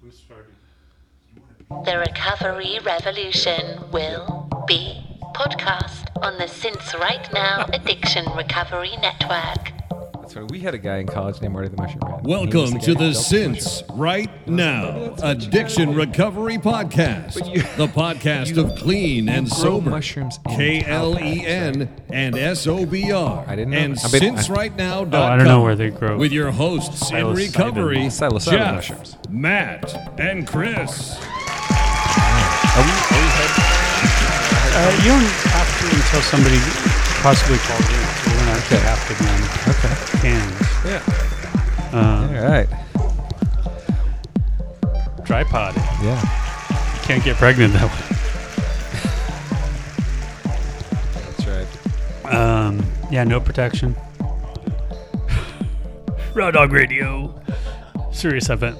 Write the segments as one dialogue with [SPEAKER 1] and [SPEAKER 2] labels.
[SPEAKER 1] Who started?
[SPEAKER 2] The Recovery Revolution will be podcast on the Since Right Now Addiction Recovery Network.
[SPEAKER 3] That's right. We had a guy in college named Marty the Mushroom Man. He used
[SPEAKER 4] Welcome to
[SPEAKER 3] get
[SPEAKER 4] the
[SPEAKER 3] double
[SPEAKER 4] Since Right Now Addiction Recovery Podcast,
[SPEAKER 3] you-
[SPEAKER 4] the podcast of clean and
[SPEAKER 3] grow
[SPEAKER 4] sober
[SPEAKER 3] mushrooms in
[SPEAKER 4] K L E N and S O B R.
[SPEAKER 3] I didn't know
[SPEAKER 4] and
[SPEAKER 3] that. I bet-
[SPEAKER 4] Since
[SPEAKER 3] I-
[SPEAKER 4] Right Now.
[SPEAKER 5] Oh, I don't know where they grow.
[SPEAKER 4] With your hosts in
[SPEAKER 5] Psilocybin.
[SPEAKER 4] recovery,
[SPEAKER 3] Psilocybin
[SPEAKER 4] Jeff,
[SPEAKER 3] mushrooms.
[SPEAKER 4] Matt, and Chris.
[SPEAKER 5] Uh, you don't have to until somebody possibly calls you. So we're not
[SPEAKER 3] Okay.
[SPEAKER 5] captive on
[SPEAKER 3] Okay.
[SPEAKER 5] cans.
[SPEAKER 3] Yeah.
[SPEAKER 5] Uh,
[SPEAKER 3] All right.
[SPEAKER 5] Tripod. You
[SPEAKER 3] Yeah.
[SPEAKER 5] can't get pregnant that way.
[SPEAKER 3] That's right.
[SPEAKER 5] Um, yeah, no protection. Raw Dog Radio. Serious event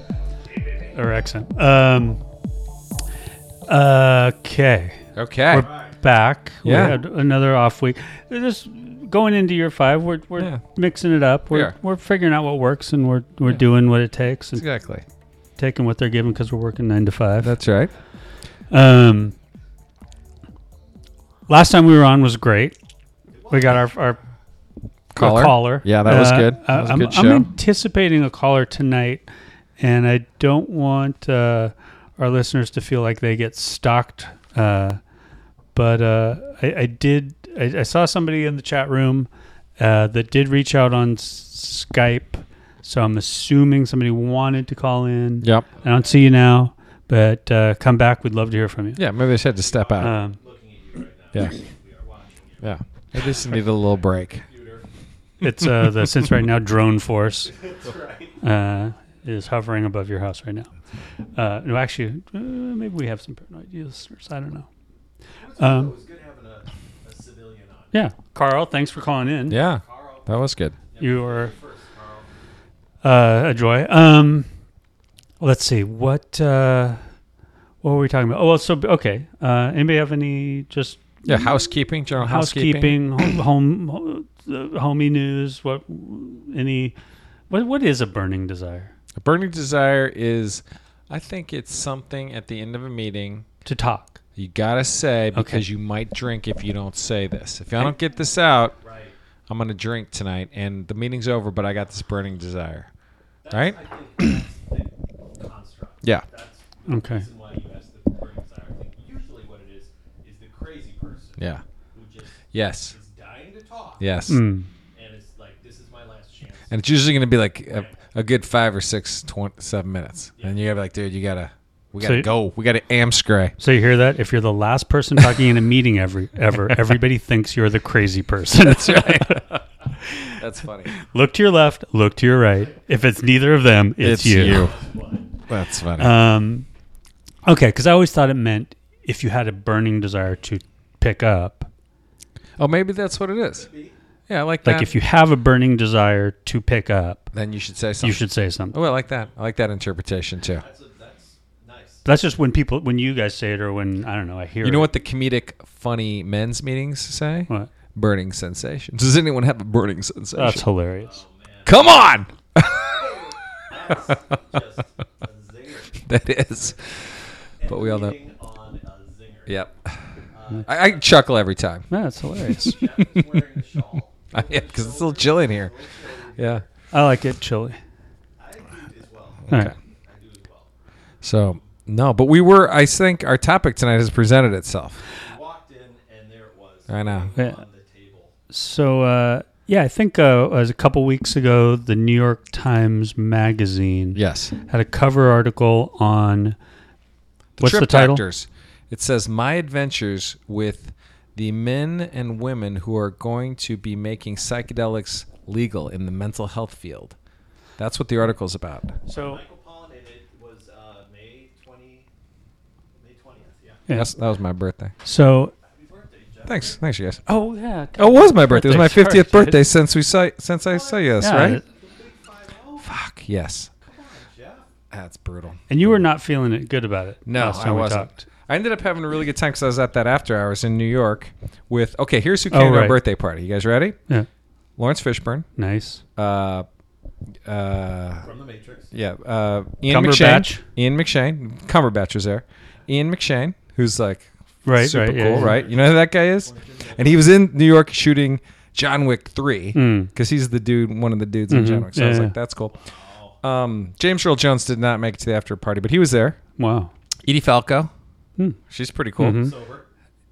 [SPEAKER 5] or accent. Um, okay.
[SPEAKER 3] Okay.
[SPEAKER 5] We're back.
[SPEAKER 3] Yeah.
[SPEAKER 5] We had another off week. We're Just going into year five, we're, we're
[SPEAKER 3] Yeah.
[SPEAKER 5] mixing it up. We're,
[SPEAKER 3] We are.
[SPEAKER 5] we're figuring out what works and we're, we're doing what it takes and
[SPEAKER 3] exactly.
[SPEAKER 5] taking what they're giving because we're working nine to five.
[SPEAKER 3] That's right.
[SPEAKER 5] Um, last time we were on was great. We got our our
[SPEAKER 3] Caller.
[SPEAKER 5] our caller.
[SPEAKER 3] Yeah, that was
[SPEAKER 5] Uh,
[SPEAKER 3] good.
[SPEAKER 5] I-
[SPEAKER 3] That was a
[SPEAKER 5] I'm,
[SPEAKER 3] good
[SPEAKER 5] I'm
[SPEAKER 3] show.
[SPEAKER 5] anticipating a caller tonight, and I don't want uh, our listeners to feel like they get stalked. Uh, but uh, I, I did. I, I saw somebody in the chat room uh, that did reach out on S- Skype, so I'm assuming somebody wanted to call in.
[SPEAKER 3] Yep.
[SPEAKER 5] I don't see you now, but uh, come back. We'd love to hear from you.
[SPEAKER 3] Yeah. Maybe I should have to step out.
[SPEAKER 5] Um,
[SPEAKER 3] yeah. Yeah. I just needed a little break.
[SPEAKER 5] it's uh, the since right now drone force uh, is hovering above your house right now. Uh, no, actually, uh, maybe we have some paranoid listeners. I don't know. Um, yeah, Carl, thanks for calling in.
[SPEAKER 3] Yeah. That was good.
[SPEAKER 5] you are uh, a joy. Um, let's see what uh, what were we talking about? Oh, well, so okay. Uh, anybody have any just
[SPEAKER 3] Yeah. Housekeeping. General housekeeping.
[SPEAKER 5] housekeeping, ho- home, home uh, homey news what any what what is a burning desire
[SPEAKER 3] A burning desire is, I think it's something at the end of a meeting
[SPEAKER 5] to talk
[SPEAKER 3] You gotta say because you might drink if you don't say this. If I don't get this out, I'm gonna drink tonight, and the meeting's over. But I got this burning desire, right? yeah,
[SPEAKER 5] okay
[SPEAKER 3] yeah, yes, yes.
[SPEAKER 5] Hmm.
[SPEAKER 3] And it's usually gonna be like a, a good five or six, twenty, seven minutes, and you gotta be like, dude, you gotta, we
[SPEAKER 5] So
[SPEAKER 3] gotta
[SPEAKER 5] you-
[SPEAKER 3] go, we gotta amscray.
[SPEAKER 5] so you hear that if you're the last person talking in a meeting every ever everybody thinks you're the crazy person that's right
[SPEAKER 3] That's funny.
[SPEAKER 5] look to your left look to your right if it's neither of them it's,
[SPEAKER 3] That's funny.
[SPEAKER 5] um okay because i always thought it meant if you had a burning desire to pick up
[SPEAKER 3] oh, maybe that's what it is. Yeah, I like that.
[SPEAKER 5] like if you have a burning desire to pick up
[SPEAKER 3] then you should say something.
[SPEAKER 5] you should say something
[SPEAKER 3] Oh, I like that. I like that interpretation too.
[SPEAKER 5] That's just when people, when you guys say it, or when I don't know, I hear.
[SPEAKER 3] You know
[SPEAKER 5] it.
[SPEAKER 3] what the comedic funny men's meetings say?
[SPEAKER 5] What?
[SPEAKER 3] Burning sensation. Does anyone have a burning sensation?
[SPEAKER 5] That's hilarious.
[SPEAKER 3] Come on! that is. But we all know. Yep. I, I chuckle every time.
[SPEAKER 5] That's hilarious.
[SPEAKER 3] Yeah, because it's a little chilly in here. Yeah.
[SPEAKER 5] I like it chilly. All right.
[SPEAKER 3] So, no, but we were, I think our topic tonight has presented itself. I know.
[SPEAKER 5] Yeah. So uh, yeah, I think uh, it was a couple weeks ago, the New York Times Magazine
[SPEAKER 3] Yes.
[SPEAKER 5] had a cover article on what's
[SPEAKER 3] Trip
[SPEAKER 5] the title?
[SPEAKER 3] Doctors. It says my adventures with the men and women who are going to be making psychedelics legal in the mental health field. That's what the article's about.
[SPEAKER 5] So
[SPEAKER 1] uh,
[SPEAKER 3] Yes, that was my birthday.
[SPEAKER 5] so
[SPEAKER 3] Thanks, thanks you guys.
[SPEAKER 5] oh yeah.
[SPEAKER 3] Oh, it was my birthday. It was my
[SPEAKER 5] Birthday, sorry,
[SPEAKER 3] fiftieth birthday
[SPEAKER 5] dude.
[SPEAKER 3] since we saw since I saw you. That's
[SPEAKER 5] Yeah,
[SPEAKER 3] right.
[SPEAKER 5] it-
[SPEAKER 3] Fuck yes. That's brutal.
[SPEAKER 5] and you were not feeling it good about it.
[SPEAKER 3] No,
[SPEAKER 5] last
[SPEAKER 3] I
[SPEAKER 5] time we
[SPEAKER 3] wasn't.
[SPEAKER 5] talked.
[SPEAKER 3] I ended up having a really good time because I was at that after hours in New York with. Okay, here's who came to our
[SPEAKER 5] Oh, right.
[SPEAKER 3] birthday party. You guys ready?
[SPEAKER 5] Yeah.
[SPEAKER 3] Lawrence Fishburne,
[SPEAKER 5] Nice.
[SPEAKER 3] uh, uh, from the Matrix. Yeah, uh, Ian
[SPEAKER 5] Cumberbatch?
[SPEAKER 3] McShane. Ian McShane. Cumberbatch was there. Ian McShane, who's like
[SPEAKER 5] Right,
[SPEAKER 3] super
[SPEAKER 5] right, yeah,
[SPEAKER 3] cool,
[SPEAKER 5] yeah.
[SPEAKER 3] right? You know who that guy is? And he was in New York shooting John Wick three because he's the dude, one of the dudes in John Wick. So I was
[SPEAKER 5] Hmm. Mm-hmm. yeah.
[SPEAKER 3] like, that's cool. Um, James Earl Jones did not make it to the after party, but he was there.
[SPEAKER 5] Wow.
[SPEAKER 3] Edie Falco, she's pretty cool. Hmm. Mm-hmm.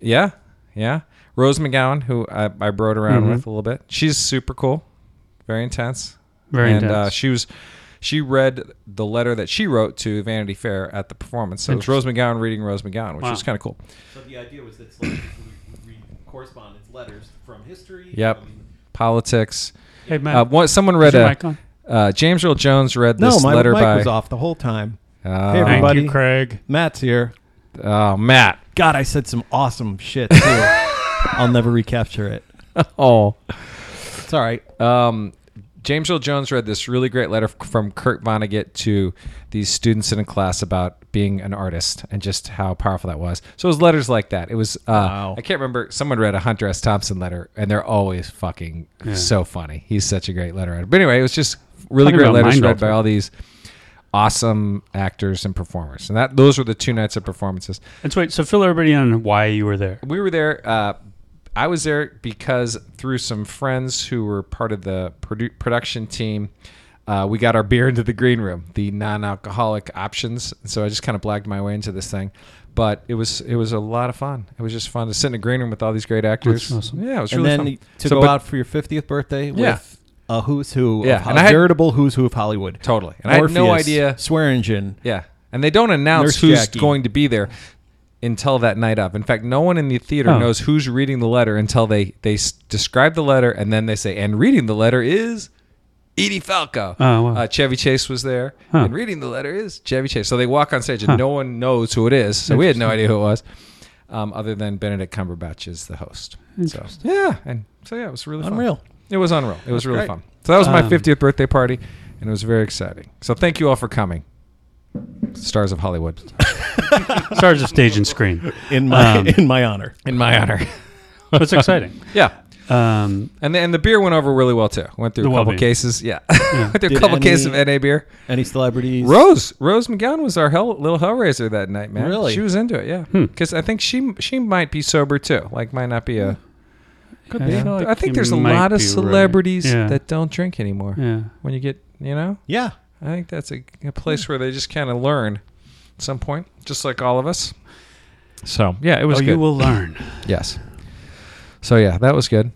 [SPEAKER 3] Yeah, yeah. Rose McGowan, who I, I rode around with a little bit, she's super cool, very intense.
[SPEAKER 5] Very
[SPEAKER 3] and, Uh,
[SPEAKER 5] intense.
[SPEAKER 3] she was, she read the letter that she wrote to Vanity Fair at the performance. So it was Rose McGowan reading Rose McGowan, which
[SPEAKER 5] Wow.
[SPEAKER 3] was kind of cool.
[SPEAKER 1] So the idea was that it's like we read correspondence, letters from history.
[SPEAKER 3] Yep.
[SPEAKER 1] from-
[SPEAKER 3] Politics.
[SPEAKER 5] Hey, Matt.
[SPEAKER 3] Uh, one, someone read
[SPEAKER 5] your
[SPEAKER 3] a
[SPEAKER 5] mic on?
[SPEAKER 3] Uh, James Earl Jones read
[SPEAKER 1] No,
[SPEAKER 3] this
[SPEAKER 1] my
[SPEAKER 3] letter
[SPEAKER 1] mic
[SPEAKER 3] by
[SPEAKER 1] was off the whole time.
[SPEAKER 3] Uh,
[SPEAKER 1] Hey,
[SPEAKER 5] Thank
[SPEAKER 1] everybody.
[SPEAKER 5] you, Craig.
[SPEAKER 1] Matt's here.
[SPEAKER 3] oh, Matt.
[SPEAKER 1] God, I said some awesome shit too. I'll never recapture it.
[SPEAKER 3] Oh.
[SPEAKER 1] It's all right.
[SPEAKER 3] Um, James Earl Jones read this really great letter f- from Kurt Vonnegut to these students in a class about being an artist and just how powerful that was. So it was letters like that. It was uh,
[SPEAKER 1] Wow.
[SPEAKER 3] I can't remember. Someone read a Hunter S. Thompson letter, and they're always fucking so funny. He's such a great letter writer. But anyway, it was just really
[SPEAKER 5] Talking
[SPEAKER 3] great
[SPEAKER 5] about
[SPEAKER 3] letters
[SPEAKER 5] mind
[SPEAKER 3] read by
[SPEAKER 5] altering.
[SPEAKER 3] all these awesome actors and performers. And that those were the two nights of performances.
[SPEAKER 5] And so wait, so fill everybody in on why you were there.
[SPEAKER 3] We were there. Uh, I was there because through some friends who were part of the produ- production team, uh, we got our beer into the green room, the non-alcoholic options. So I just kind of blagged my way into this thing, but it was it was a lot of fun. It was just fun to sit in a green room with all these great actors. Yeah, it was really
[SPEAKER 1] and then
[SPEAKER 3] fun.
[SPEAKER 1] to
[SPEAKER 3] So,
[SPEAKER 1] go
[SPEAKER 3] but-
[SPEAKER 1] out for your 50th birthday
[SPEAKER 3] Yeah.
[SPEAKER 1] with a who's who,
[SPEAKER 3] Yeah,
[SPEAKER 1] of Ho-
[SPEAKER 3] and I had-
[SPEAKER 1] veritable who's who of Hollywood.
[SPEAKER 3] Totally. And I had no
[SPEAKER 1] Morpheus,
[SPEAKER 3] idea-
[SPEAKER 1] Swearingen.
[SPEAKER 3] Yeah. And they don't announce
[SPEAKER 1] Nurse
[SPEAKER 3] who's
[SPEAKER 1] Jackie.
[SPEAKER 3] going to be there until that night of. In fact, no one in the theater
[SPEAKER 5] Oh.
[SPEAKER 3] knows who's reading the letter until they they s- describe the letter and then they say, "And reading the letter is Edie Falco."
[SPEAKER 5] Oh, wow.
[SPEAKER 3] uh, Chevy Chase was there, and reading the letter is Chevy Chase. So they walk on stage and no one knows who it is. So we had no idea who it was, um, other than Benedict Cumberbatch is the host. So yeah, and so yeah, it was really fun.
[SPEAKER 1] Unreal.
[SPEAKER 3] It was unreal. It was really
[SPEAKER 1] great.
[SPEAKER 3] fun. So that was
[SPEAKER 5] Um,
[SPEAKER 3] my 50th birthday party, and it was very exciting. So thank you all for coming stars of Hollywood.
[SPEAKER 5] Stars of stage and screen.
[SPEAKER 1] In my
[SPEAKER 3] Um,
[SPEAKER 1] in my honor.
[SPEAKER 3] In my honor.
[SPEAKER 5] That's exciting.
[SPEAKER 3] yeah.
[SPEAKER 5] Um,
[SPEAKER 3] And the, and the beer went over really well too. Went through
[SPEAKER 5] The
[SPEAKER 3] a
[SPEAKER 5] well
[SPEAKER 3] couple
[SPEAKER 5] being.
[SPEAKER 3] cases. Yeah. Went through a
[SPEAKER 1] Did
[SPEAKER 3] couple
[SPEAKER 1] any-
[SPEAKER 3] cases of NA beer.
[SPEAKER 1] Any celebrities?
[SPEAKER 3] Rose Rose McGowan was our hell, little hellraiser that night, man.
[SPEAKER 1] Really?
[SPEAKER 3] She was into it, yeah.
[SPEAKER 5] Hmm.
[SPEAKER 3] Cuz I think she she might be sober too. Like might not be a
[SPEAKER 5] I, feel like
[SPEAKER 3] I think
[SPEAKER 5] you
[SPEAKER 3] there's a
[SPEAKER 5] might
[SPEAKER 3] lot of
[SPEAKER 5] be right.
[SPEAKER 3] celebrities
[SPEAKER 5] Yeah.
[SPEAKER 3] that don't drink anymore.
[SPEAKER 5] Yeah.
[SPEAKER 3] When you get, you know?
[SPEAKER 1] Yeah.
[SPEAKER 3] I think that's a, a place where they just kind of learn at some point, just like all of us. So, yeah, it was
[SPEAKER 5] Oh,
[SPEAKER 3] good.
[SPEAKER 5] you will learn.
[SPEAKER 3] Yes. So yeah, that was good.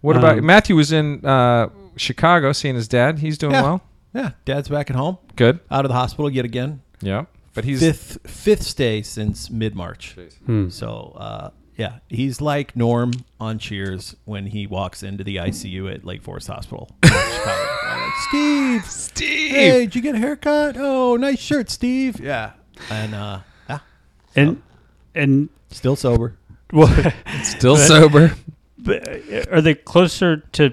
[SPEAKER 3] What about
[SPEAKER 5] Um,
[SPEAKER 3] Matthew was in uh, Chicago seeing his dad. He's doing
[SPEAKER 1] Yeah.
[SPEAKER 3] well.
[SPEAKER 1] Yeah. Dad's back at home,
[SPEAKER 3] Good.
[SPEAKER 1] out of the hospital yet again.
[SPEAKER 3] Yeah. But he's
[SPEAKER 1] Fifth fifth stay since mid March.
[SPEAKER 5] Hmm.
[SPEAKER 1] So uh, yeah, he's like Norm on Cheers when he walks into the ICU at Lake Forest Hospital. in Chicago. Like, Steve,
[SPEAKER 3] Steve.
[SPEAKER 1] hey, did you get a haircut? Oh, nice shirt, Steve. Yeah, and uh, yeah,
[SPEAKER 5] And and
[SPEAKER 1] still sober.
[SPEAKER 5] well,
[SPEAKER 3] Still sober.
[SPEAKER 5] but are they closer to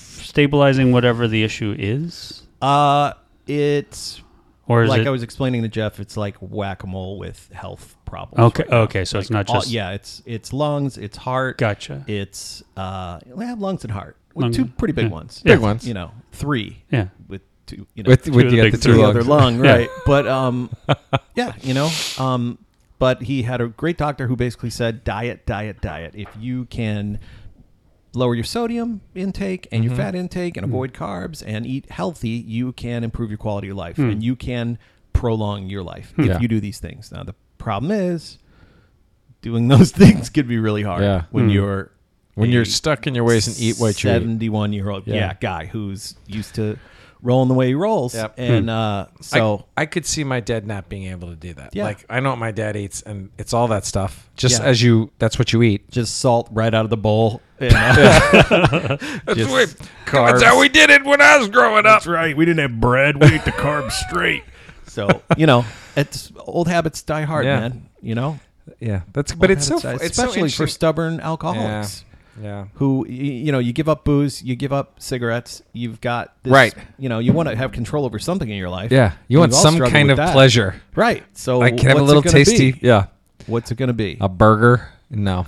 [SPEAKER 5] stabilizing whatever the issue is,
[SPEAKER 1] Uh, it's
[SPEAKER 5] or is
[SPEAKER 1] like
[SPEAKER 5] it?
[SPEAKER 1] I was explaining to Jeff. It's like whack a mole with health problems.
[SPEAKER 5] okay,
[SPEAKER 1] right now.
[SPEAKER 5] okay, so it's
[SPEAKER 1] Like,
[SPEAKER 5] not just
[SPEAKER 1] all, yeah. It's it's lungs. It's heart.
[SPEAKER 5] Gotcha.
[SPEAKER 1] It's uh, well, lungs and heart. With
[SPEAKER 5] Lung-
[SPEAKER 1] two pretty big
[SPEAKER 5] yeah.
[SPEAKER 1] ones.
[SPEAKER 5] Big
[SPEAKER 3] Yeah. ones.
[SPEAKER 1] You know, three.
[SPEAKER 5] Yeah.
[SPEAKER 1] With two. You know,
[SPEAKER 3] With with
[SPEAKER 5] the
[SPEAKER 3] the,
[SPEAKER 5] big
[SPEAKER 3] the
[SPEAKER 5] three.
[SPEAKER 3] two
[SPEAKER 1] the other
[SPEAKER 3] lungs.
[SPEAKER 1] lung,
[SPEAKER 5] Yeah.
[SPEAKER 1] right? But um, yeah, you know, um, but he had a great doctor who basically said diet, diet, diet. If you can lower your sodium intake and
[SPEAKER 3] Mm-hmm.
[SPEAKER 1] your fat intake
[SPEAKER 3] Hmm.
[SPEAKER 1] and avoid carbs and eat healthy, you can improve your quality of life and you can prolong your life if
[SPEAKER 3] Hmm. Yeah.
[SPEAKER 1] you do these things. Now the problem is doing those things can be really hard
[SPEAKER 3] Yeah. Hmm.
[SPEAKER 1] when you're
[SPEAKER 3] When
[SPEAKER 1] a
[SPEAKER 3] you're stuck in your ways and eat what you eat.
[SPEAKER 1] 71 year old
[SPEAKER 3] Yeah.
[SPEAKER 1] yeah. guy who's used to rolling the way he rolls
[SPEAKER 3] Yep.
[SPEAKER 1] and uh so
[SPEAKER 3] So I, could see my dad not being able to do that.
[SPEAKER 1] Yeah.
[SPEAKER 3] Like I know what my dad eats and it's all that stuff. Just
[SPEAKER 1] Yeah.
[SPEAKER 3] as you that's what you eat.
[SPEAKER 1] just salt right out of the bowl. And, uh,
[SPEAKER 3] That's,
[SPEAKER 1] Just what- that's how carbs. we
[SPEAKER 3] did it when I was growing up.
[SPEAKER 4] right. We didn't have bread. We ate the carbs straight.
[SPEAKER 1] so you know, it's old habits die hard,
[SPEAKER 3] Yeah.
[SPEAKER 1] man. You know,
[SPEAKER 3] Yeah. That's but
[SPEAKER 1] Old
[SPEAKER 3] it's so
[SPEAKER 1] habits die-
[SPEAKER 3] it's so
[SPEAKER 1] especially for
[SPEAKER 3] interesting.
[SPEAKER 1] stubborn alcoholics
[SPEAKER 3] Yeah.
[SPEAKER 1] who y- you know you give up booze, you give up cigarettes, you've got this,
[SPEAKER 3] Right.
[SPEAKER 1] You know, you want to have control over something in your life.
[SPEAKER 3] Yeah. You
[SPEAKER 1] We've
[SPEAKER 3] want
[SPEAKER 1] all
[SPEAKER 3] some
[SPEAKER 1] struggled
[SPEAKER 3] kind
[SPEAKER 1] with
[SPEAKER 3] of
[SPEAKER 1] that.
[SPEAKER 3] pleasure.
[SPEAKER 1] right? So
[SPEAKER 3] I can have a
[SPEAKER 1] what's it
[SPEAKER 3] little
[SPEAKER 1] gonna
[SPEAKER 3] tasty.
[SPEAKER 1] be?
[SPEAKER 3] Yeah.
[SPEAKER 1] What's it going to be?
[SPEAKER 3] A burger? No.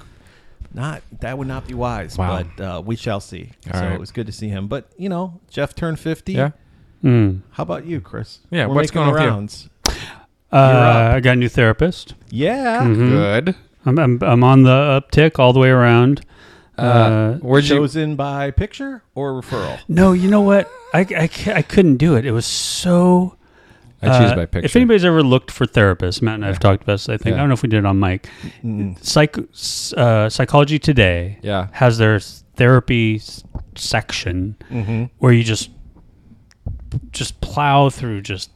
[SPEAKER 1] Not that would not be wise,
[SPEAKER 3] Wow.
[SPEAKER 1] but uh, we shall see.
[SPEAKER 3] All
[SPEAKER 1] so
[SPEAKER 3] right.
[SPEAKER 1] it was good to see him. But you know, Jeff turned fifty.
[SPEAKER 3] Yeah.
[SPEAKER 5] Mm.
[SPEAKER 1] How about you, Chris?
[SPEAKER 3] Yeah,
[SPEAKER 1] We're
[SPEAKER 3] what's
[SPEAKER 1] making
[SPEAKER 3] going on
[SPEAKER 1] the
[SPEAKER 3] with you?
[SPEAKER 1] rounds.
[SPEAKER 5] Uh, I got a new therapist.
[SPEAKER 1] Yeah.
[SPEAKER 5] Mm-hmm.
[SPEAKER 3] Good.
[SPEAKER 5] I'm, I'm, I'm on the uptick all the way around. Uh,
[SPEAKER 3] Where'd you?
[SPEAKER 1] Chosen by picture or referral?
[SPEAKER 5] no, you know what? I, I, ca- I couldn't do it. It was so.
[SPEAKER 3] I choose
[SPEAKER 5] uh,
[SPEAKER 3] by picture.
[SPEAKER 5] If anybody's ever looked for therapists, Matt and I have talked about this, I think.
[SPEAKER 3] Yeah.
[SPEAKER 5] I don't know if we did it on mic. Psych, s- uh, Psychology Today
[SPEAKER 3] Yeah.
[SPEAKER 5] has their s- therapy s- section
[SPEAKER 3] Mm-hmm.
[SPEAKER 5] where you just just plow through just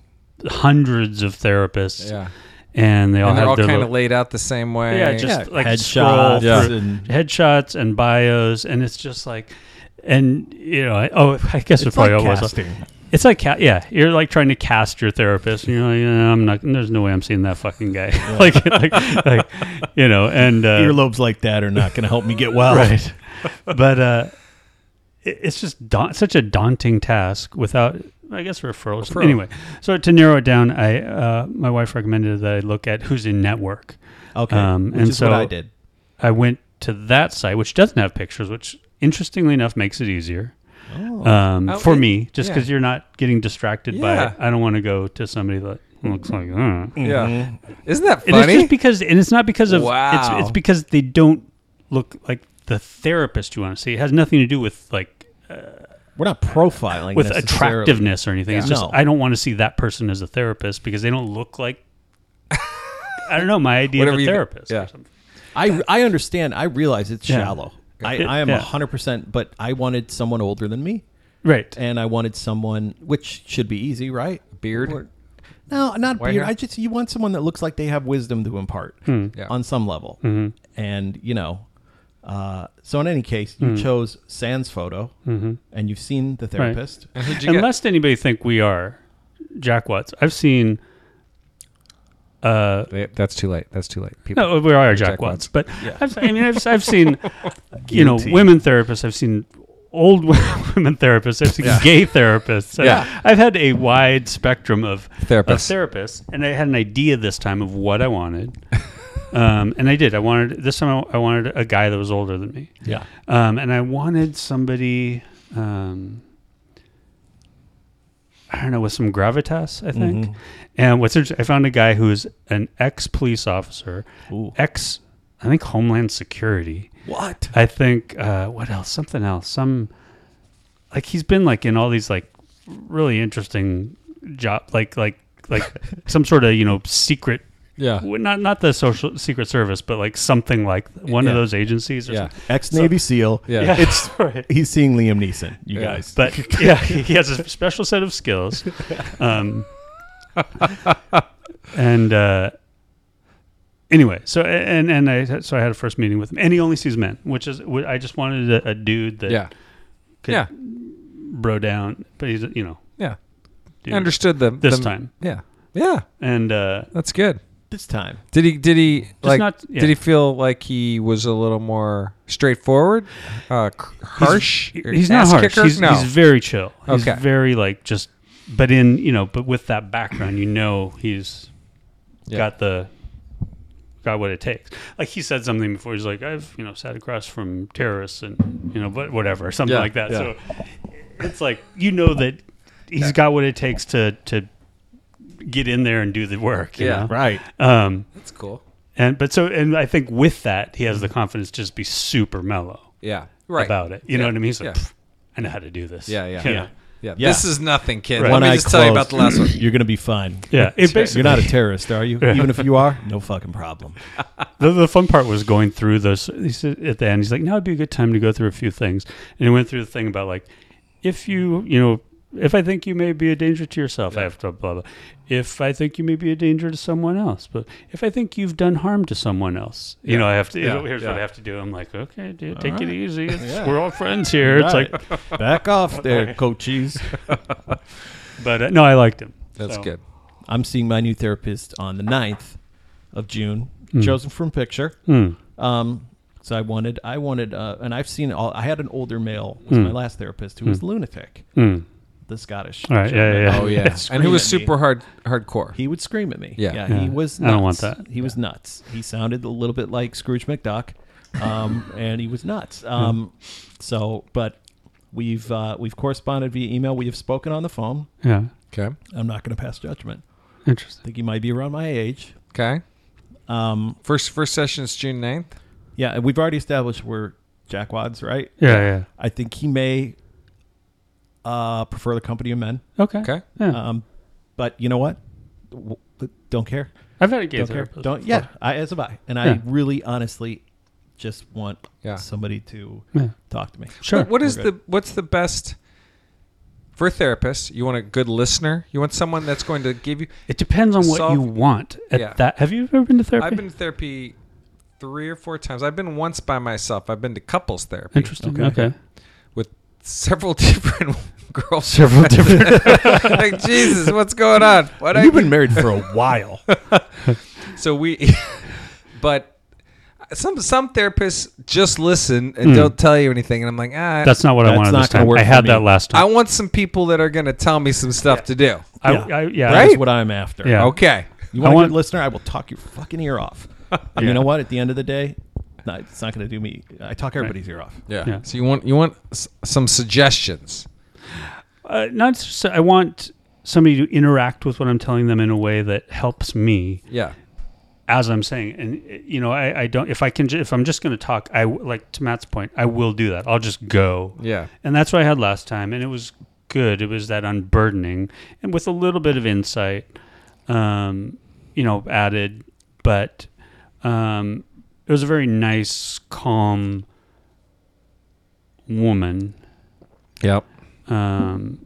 [SPEAKER 5] hundreds of therapists.
[SPEAKER 3] yeah.
[SPEAKER 5] And they all
[SPEAKER 3] And they're
[SPEAKER 5] have
[SPEAKER 3] all
[SPEAKER 5] their
[SPEAKER 3] kind
[SPEAKER 5] little-
[SPEAKER 3] of laid out the same way.
[SPEAKER 5] Yeah, just like
[SPEAKER 1] headshots
[SPEAKER 5] scroll
[SPEAKER 1] Yeah.
[SPEAKER 5] through
[SPEAKER 1] and-
[SPEAKER 5] headshots and bios, and it's just like, and you know, I, oh, I guess it
[SPEAKER 1] It's
[SPEAKER 5] probably
[SPEAKER 1] like
[SPEAKER 5] always
[SPEAKER 1] casting.
[SPEAKER 5] it's like ca- yeah, you're like trying to cast your therapist, and you're like, yeah, I'm not. There's no way I'm seeing that fucking guy. like, like, like, you know, and uh,
[SPEAKER 1] Earlobes like that are not going to help me get well.
[SPEAKER 5] right. but uh, it, it's just da- such a daunting task without, I guess, referrals.
[SPEAKER 3] Referral.
[SPEAKER 5] Anyway, so to narrow it down, I uh, my wife recommended that I look at who's in network.
[SPEAKER 1] Okay.
[SPEAKER 5] Um,
[SPEAKER 1] which
[SPEAKER 5] and
[SPEAKER 1] is what
[SPEAKER 5] so-
[SPEAKER 1] I did.
[SPEAKER 5] I went to that site, which doesn't have pictures, which interestingly enough makes it easier um,
[SPEAKER 3] Oh,
[SPEAKER 5] for
[SPEAKER 3] it-
[SPEAKER 5] me, just
[SPEAKER 3] yeah.
[SPEAKER 5] because you're not getting distracted
[SPEAKER 3] Yeah.
[SPEAKER 5] by. I don't want to go to somebody that looks like. Uh.
[SPEAKER 3] Yeah. Isn't that
[SPEAKER 5] And it's
[SPEAKER 3] funny?
[SPEAKER 5] just because, and it's not because of.
[SPEAKER 3] Wow.
[SPEAKER 5] It's, it's because they don't look like the therapist you want to see. It has nothing to do with like
[SPEAKER 1] We're not profiling
[SPEAKER 5] with
[SPEAKER 1] necessarily.
[SPEAKER 5] attractiveness or anything. It's
[SPEAKER 1] Yeah.
[SPEAKER 5] just
[SPEAKER 1] No.
[SPEAKER 5] I don't want to see that person as a therapist because they don't look like. I don't know my idea
[SPEAKER 3] Whatever
[SPEAKER 5] of a
[SPEAKER 3] you-
[SPEAKER 5] therapist.
[SPEAKER 3] yeah.
[SPEAKER 5] Or something.
[SPEAKER 1] I I understand. I realize it's
[SPEAKER 5] Yeah.
[SPEAKER 1] shallow. I, I am
[SPEAKER 5] Yeah.
[SPEAKER 1] hundred percent. But I wanted someone older than me,
[SPEAKER 5] Right.
[SPEAKER 1] and I wanted someone which should be easy, right?
[SPEAKER 3] Beard?
[SPEAKER 1] Or- no, not
[SPEAKER 3] White hair?
[SPEAKER 1] beard. I just you want someone that looks like they have wisdom to impart
[SPEAKER 3] Yeah.
[SPEAKER 1] on some level,
[SPEAKER 3] Mm-hmm.
[SPEAKER 1] and you know. Uh, so in any case,
[SPEAKER 3] Hmm.
[SPEAKER 1] you chose Sans photo,
[SPEAKER 3] Mm-hmm.
[SPEAKER 1] and you've seen the therapist.
[SPEAKER 3] Who'd you get?
[SPEAKER 5] Unless anybody think we are jackwats. I've seen
[SPEAKER 3] They- That's too late. That's too late. People.
[SPEAKER 5] no, we are
[SPEAKER 3] Jackwats.
[SPEAKER 5] jackwats, but I've, I mean, I've, I've seen you know women therapists. I've seen old women therapists. I've seen gay therapists.
[SPEAKER 3] Yeah.
[SPEAKER 5] I've, I've had a wide spectrum of
[SPEAKER 3] Therapists.
[SPEAKER 5] of therapists, and I had an idea this time of what I wanted. Um, and I did. I wanted this time. I, I wanted a guy that was older than me.
[SPEAKER 1] Yeah.
[SPEAKER 5] Um, and I wanted somebody, um, I don't know, with some gravitas, I
[SPEAKER 1] Mm-hmm.
[SPEAKER 5] think. And what's interesting, I found a guy who's an ex police officer,
[SPEAKER 1] Ooh.
[SPEAKER 5] ex, I think, Homeland Security.
[SPEAKER 1] What?
[SPEAKER 5] I think, uh, what else? Something else. Some, like, he's been, like, in all these, like, really interesting job, like, like, like some sort of, you know, secret
[SPEAKER 3] Yeah.
[SPEAKER 5] well, not not the social secret service, but like something like th- one of
[SPEAKER 3] Yeah.
[SPEAKER 5] those agencies. Or
[SPEAKER 3] Yeah.
[SPEAKER 5] something.
[SPEAKER 1] Ex Navy SEAL.
[SPEAKER 3] Yeah.
[SPEAKER 5] Yeah.
[SPEAKER 1] It's
[SPEAKER 5] Right.
[SPEAKER 1] he's seeing Liam Neeson. You
[SPEAKER 3] Yeah.
[SPEAKER 1] guys.
[SPEAKER 5] but yeah, he he has a special set of skills, um, and uh, anyway, so and and I so I had a first meeting with him, and he only sees men, which is wh- I just wanted a, a dude that
[SPEAKER 3] Yeah.
[SPEAKER 5] could
[SPEAKER 3] Yeah.
[SPEAKER 5] bro down, but he's you know
[SPEAKER 3] Yeah.
[SPEAKER 5] dude.
[SPEAKER 3] Understood the
[SPEAKER 5] this
[SPEAKER 3] the-
[SPEAKER 5] time,
[SPEAKER 3] Yeah. Yeah.
[SPEAKER 5] and uh,
[SPEAKER 3] That's good.
[SPEAKER 1] this time.
[SPEAKER 3] Did he? Did he? like?
[SPEAKER 5] not- yeah.
[SPEAKER 3] Did he feel like he was a little more straightforward, uh, c- harsh?
[SPEAKER 5] He-
[SPEAKER 3] or
[SPEAKER 5] he's not
[SPEAKER 3] ass
[SPEAKER 5] harsh.
[SPEAKER 3] Kicker?
[SPEAKER 5] He's,
[SPEAKER 3] no.
[SPEAKER 5] he's very chill. He's
[SPEAKER 3] Okay.
[SPEAKER 5] very like just, but in you know, but with that background, you know, he's
[SPEAKER 3] Yeah.
[SPEAKER 5] got the got what it takes. Like he said something before. He's like, I've you know sat across from terrorists and you know, but whatever, something
[SPEAKER 3] Yeah,
[SPEAKER 5] like that.
[SPEAKER 3] yeah.
[SPEAKER 5] So it's like you know that he's got what it takes to to get in there and do the work. you
[SPEAKER 3] Yeah.
[SPEAKER 5] know?
[SPEAKER 1] Right.
[SPEAKER 3] Uh,
[SPEAKER 5] Um.
[SPEAKER 3] That's cool.
[SPEAKER 5] And but so and I think with that he has the confidence to just be super mellow
[SPEAKER 3] Yeah. Right.
[SPEAKER 5] about it. You know
[SPEAKER 3] Yeah.
[SPEAKER 5] what I mean? He's like,
[SPEAKER 3] Yeah.
[SPEAKER 5] "Pff, I know how to do this.
[SPEAKER 3] Yeah, yeah.
[SPEAKER 5] You know?
[SPEAKER 3] Yeah. Yeah.
[SPEAKER 1] Yeah.
[SPEAKER 3] This is nothing, kid.
[SPEAKER 5] Right.
[SPEAKER 3] Let
[SPEAKER 5] One
[SPEAKER 3] me
[SPEAKER 1] eye
[SPEAKER 3] just tell you about
[SPEAKER 1] closed.
[SPEAKER 3] the last one.
[SPEAKER 1] You're gonna be fine.
[SPEAKER 5] Yeah, it basically
[SPEAKER 1] You're not a terrorist, are you? Even if you are, no fucking problem.
[SPEAKER 5] the, the fun part was going through those. He said at the end, he's like, "Now would be a good time to go through a few things." And he went through the thing about like, if you, you know, if I think you may be a danger to yourself, I have to blah blah. If I think you may be a danger to someone else, but if I think you've done harm to someone else, you know, I have to.
[SPEAKER 3] Yeah.
[SPEAKER 5] Here's what
[SPEAKER 3] Yeah.
[SPEAKER 5] I have to do. I'm like, okay, dude, take it easy. It's, We're all friends here. It's
[SPEAKER 1] Right.
[SPEAKER 5] like,
[SPEAKER 1] back off there, coaches.
[SPEAKER 5] but uh, no, I liked him.
[SPEAKER 3] That's
[SPEAKER 5] So,
[SPEAKER 3] good.
[SPEAKER 1] I'm seeing my new therapist on the 9th of June,
[SPEAKER 5] Hmm.
[SPEAKER 1] chosen from picture.
[SPEAKER 5] mm,
[SPEAKER 1] Um, so I wanted, I wanted, uh, and I've seen all. I had an older male
[SPEAKER 5] Hmm.
[SPEAKER 1] was my last therapist who was lunatic, the Scottish.
[SPEAKER 5] mm. All right, yeah, yeah, yeah.
[SPEAKER 3] Oh yeah. and he
[SPEAKER 1] Scream
[SPEAKER 3] was
[SPEAKER 1] at me.
[SPEAKER 3] super hard hardcore.
[SPEAKER 1] He would scream at me.
[SPEAKER 3] Yeah.
[SPEAKER 1] he was.
[SPEAKER 5] I
[SPEAKER 1] Nuts.
[SPEAKER 5] don't want that.
[SPEAKER 1] He was nuts. He sounded a little bit like Scrooge McDuck. um, and he was nuts.
[SPEAKER 5] Hmm.
[SPEAKER 1] Um, so, but we've uh, we've corresponded via email. We have spoken on the phone.
[SPEAKER 5] Yeah.
[SPEAKER 3] Okay.
[SPEAKER 1] I'm not going to pass judgment. I
[SPEAKER 5] Interesting.
[SPEAKER 1] think he might be around my age.
[SPEAKER 3] Okay.
[SPEAKER 1] Um,
[SPEAKER 3] First first session is June 9th.
[SPEAKER 1] yeah, and we've already established we're jackwads, right?
[SPEAKER 5] Yeah, yeah.
[SPEAKER 1] I think he may uh, prefer the company of men.
[SPEAKER 5] Okay.
[SPEAKER 3] Okay.
[SPEAKER 5] Yeah.
[SPEAKER 1] Um, but you know what? W- don't care.
[SPEAKER 5] I've had a gay
[SPEAKER 1] Don't care.
[SPEAKER 5] therapist.
[SPEAKER 1] Don't.
[SPEAKER 5] before.
[SPEAKER 1] Yeah, I as have I, and I
[SPEAKER 5] Yeah.
[SPEAKER 1] really, honestly, just want
[SPEAKER 3] Yeah.
[SPEAKER 1] somebody to
[SPEAKER 5] Yeah.
[SPEAKER 1] talk to me.
[SPEAKER 5] Sure.
[SPEAKER 3] What, what is
[SPEAKER 1] We're
[SPEAKER 3] the what's the best for a therapist? You want a good listener. You want someone that's going to give you.
[SPEAKER 5] It depends on what
[SPEAKER 3] Solve-
[SPEAKER 5] you want at
[SPEAKER 3] Yeah.
[SPEAKER 5] that. Have you ever been to therapy?
[SPEAKER 3] I've been to therapy three or four times. I've been once by myself. I've been to couples therapy
[SPEAKER 5] Interesting. Okay.
[SPEAKER 3] with several different girls.
[SPEAKER 5] Several different.
[SPEAKER 3] like Jesus, what's going on? What I
[SPEAKER 1] You've been married for a while.
[SPEAKER 3] so we, but some some therapists just listen and don't tell you anything, and I'm like, ah,
[SPEAKER 5] That's not what I
[SPEAKER 1] Hmm. That's
[SPEAKER 5] wanted
[SPEAKER 1] not
[SPEAKER 5] this
[SPEAKER 1] gonna
[SPEAKER 5] time.
[SPEAKER 1] work
[SPEAKER 5] I
[SPEAKER 1] for
[SPEAKER 5] had
[SPEAKER 1] me.
[SPEAKER 5] that last
[SPEAKER 3] I
[SPEAKER 5] time.
[SPEAKER 3] want some people that are going to tell me some stuff to do.
[SPEAKER 5] I,
[SPEAKER 1] Yeah.
[SPEAKER 5] I, yeah.
[SPEAKER 3] Right?
[SPEAKER 1] That's what I'm after.
[SPEAKER 5] Yeah.
[SPEAKER 3] Okay.
[SPEAKER 1] You want,
[SPEAKER 5] I
[SPEAKER 1] a
[SPEAKER 5] want-
[SPEAKER 1] good listener? I will talk your fucking ear off. And you know what? At the end of the day, no, it's not going to do me. I talk everybody's ear off.
[SPEAKER 3] Yeah.
[SPEAKER 5] Yeah.
[SPEAKER 3] So you want you want s- some suggestions.
[SPEAKER 5] Uh, not just, I want somebody to interact with what I'm telling them in a way that helps me
[SPEAKER 3] Yeah.
[SPEAKER 5] as I'm saying. And uh, you know, I, I don't. If I can, ju- if I'm just going to talk, I w- like to Matt's point. I will do that. I'll just go.
[SPEAKER 3] Yeah.
[SPEAKER 5] And that's what I had last time, and it was good. It was that unburdening, and with a little bit of insight, um, you know, added. But um, it was a very nice, calm woman.
[SPEAKER 3] Yep.
[SPEAKER 5] Um,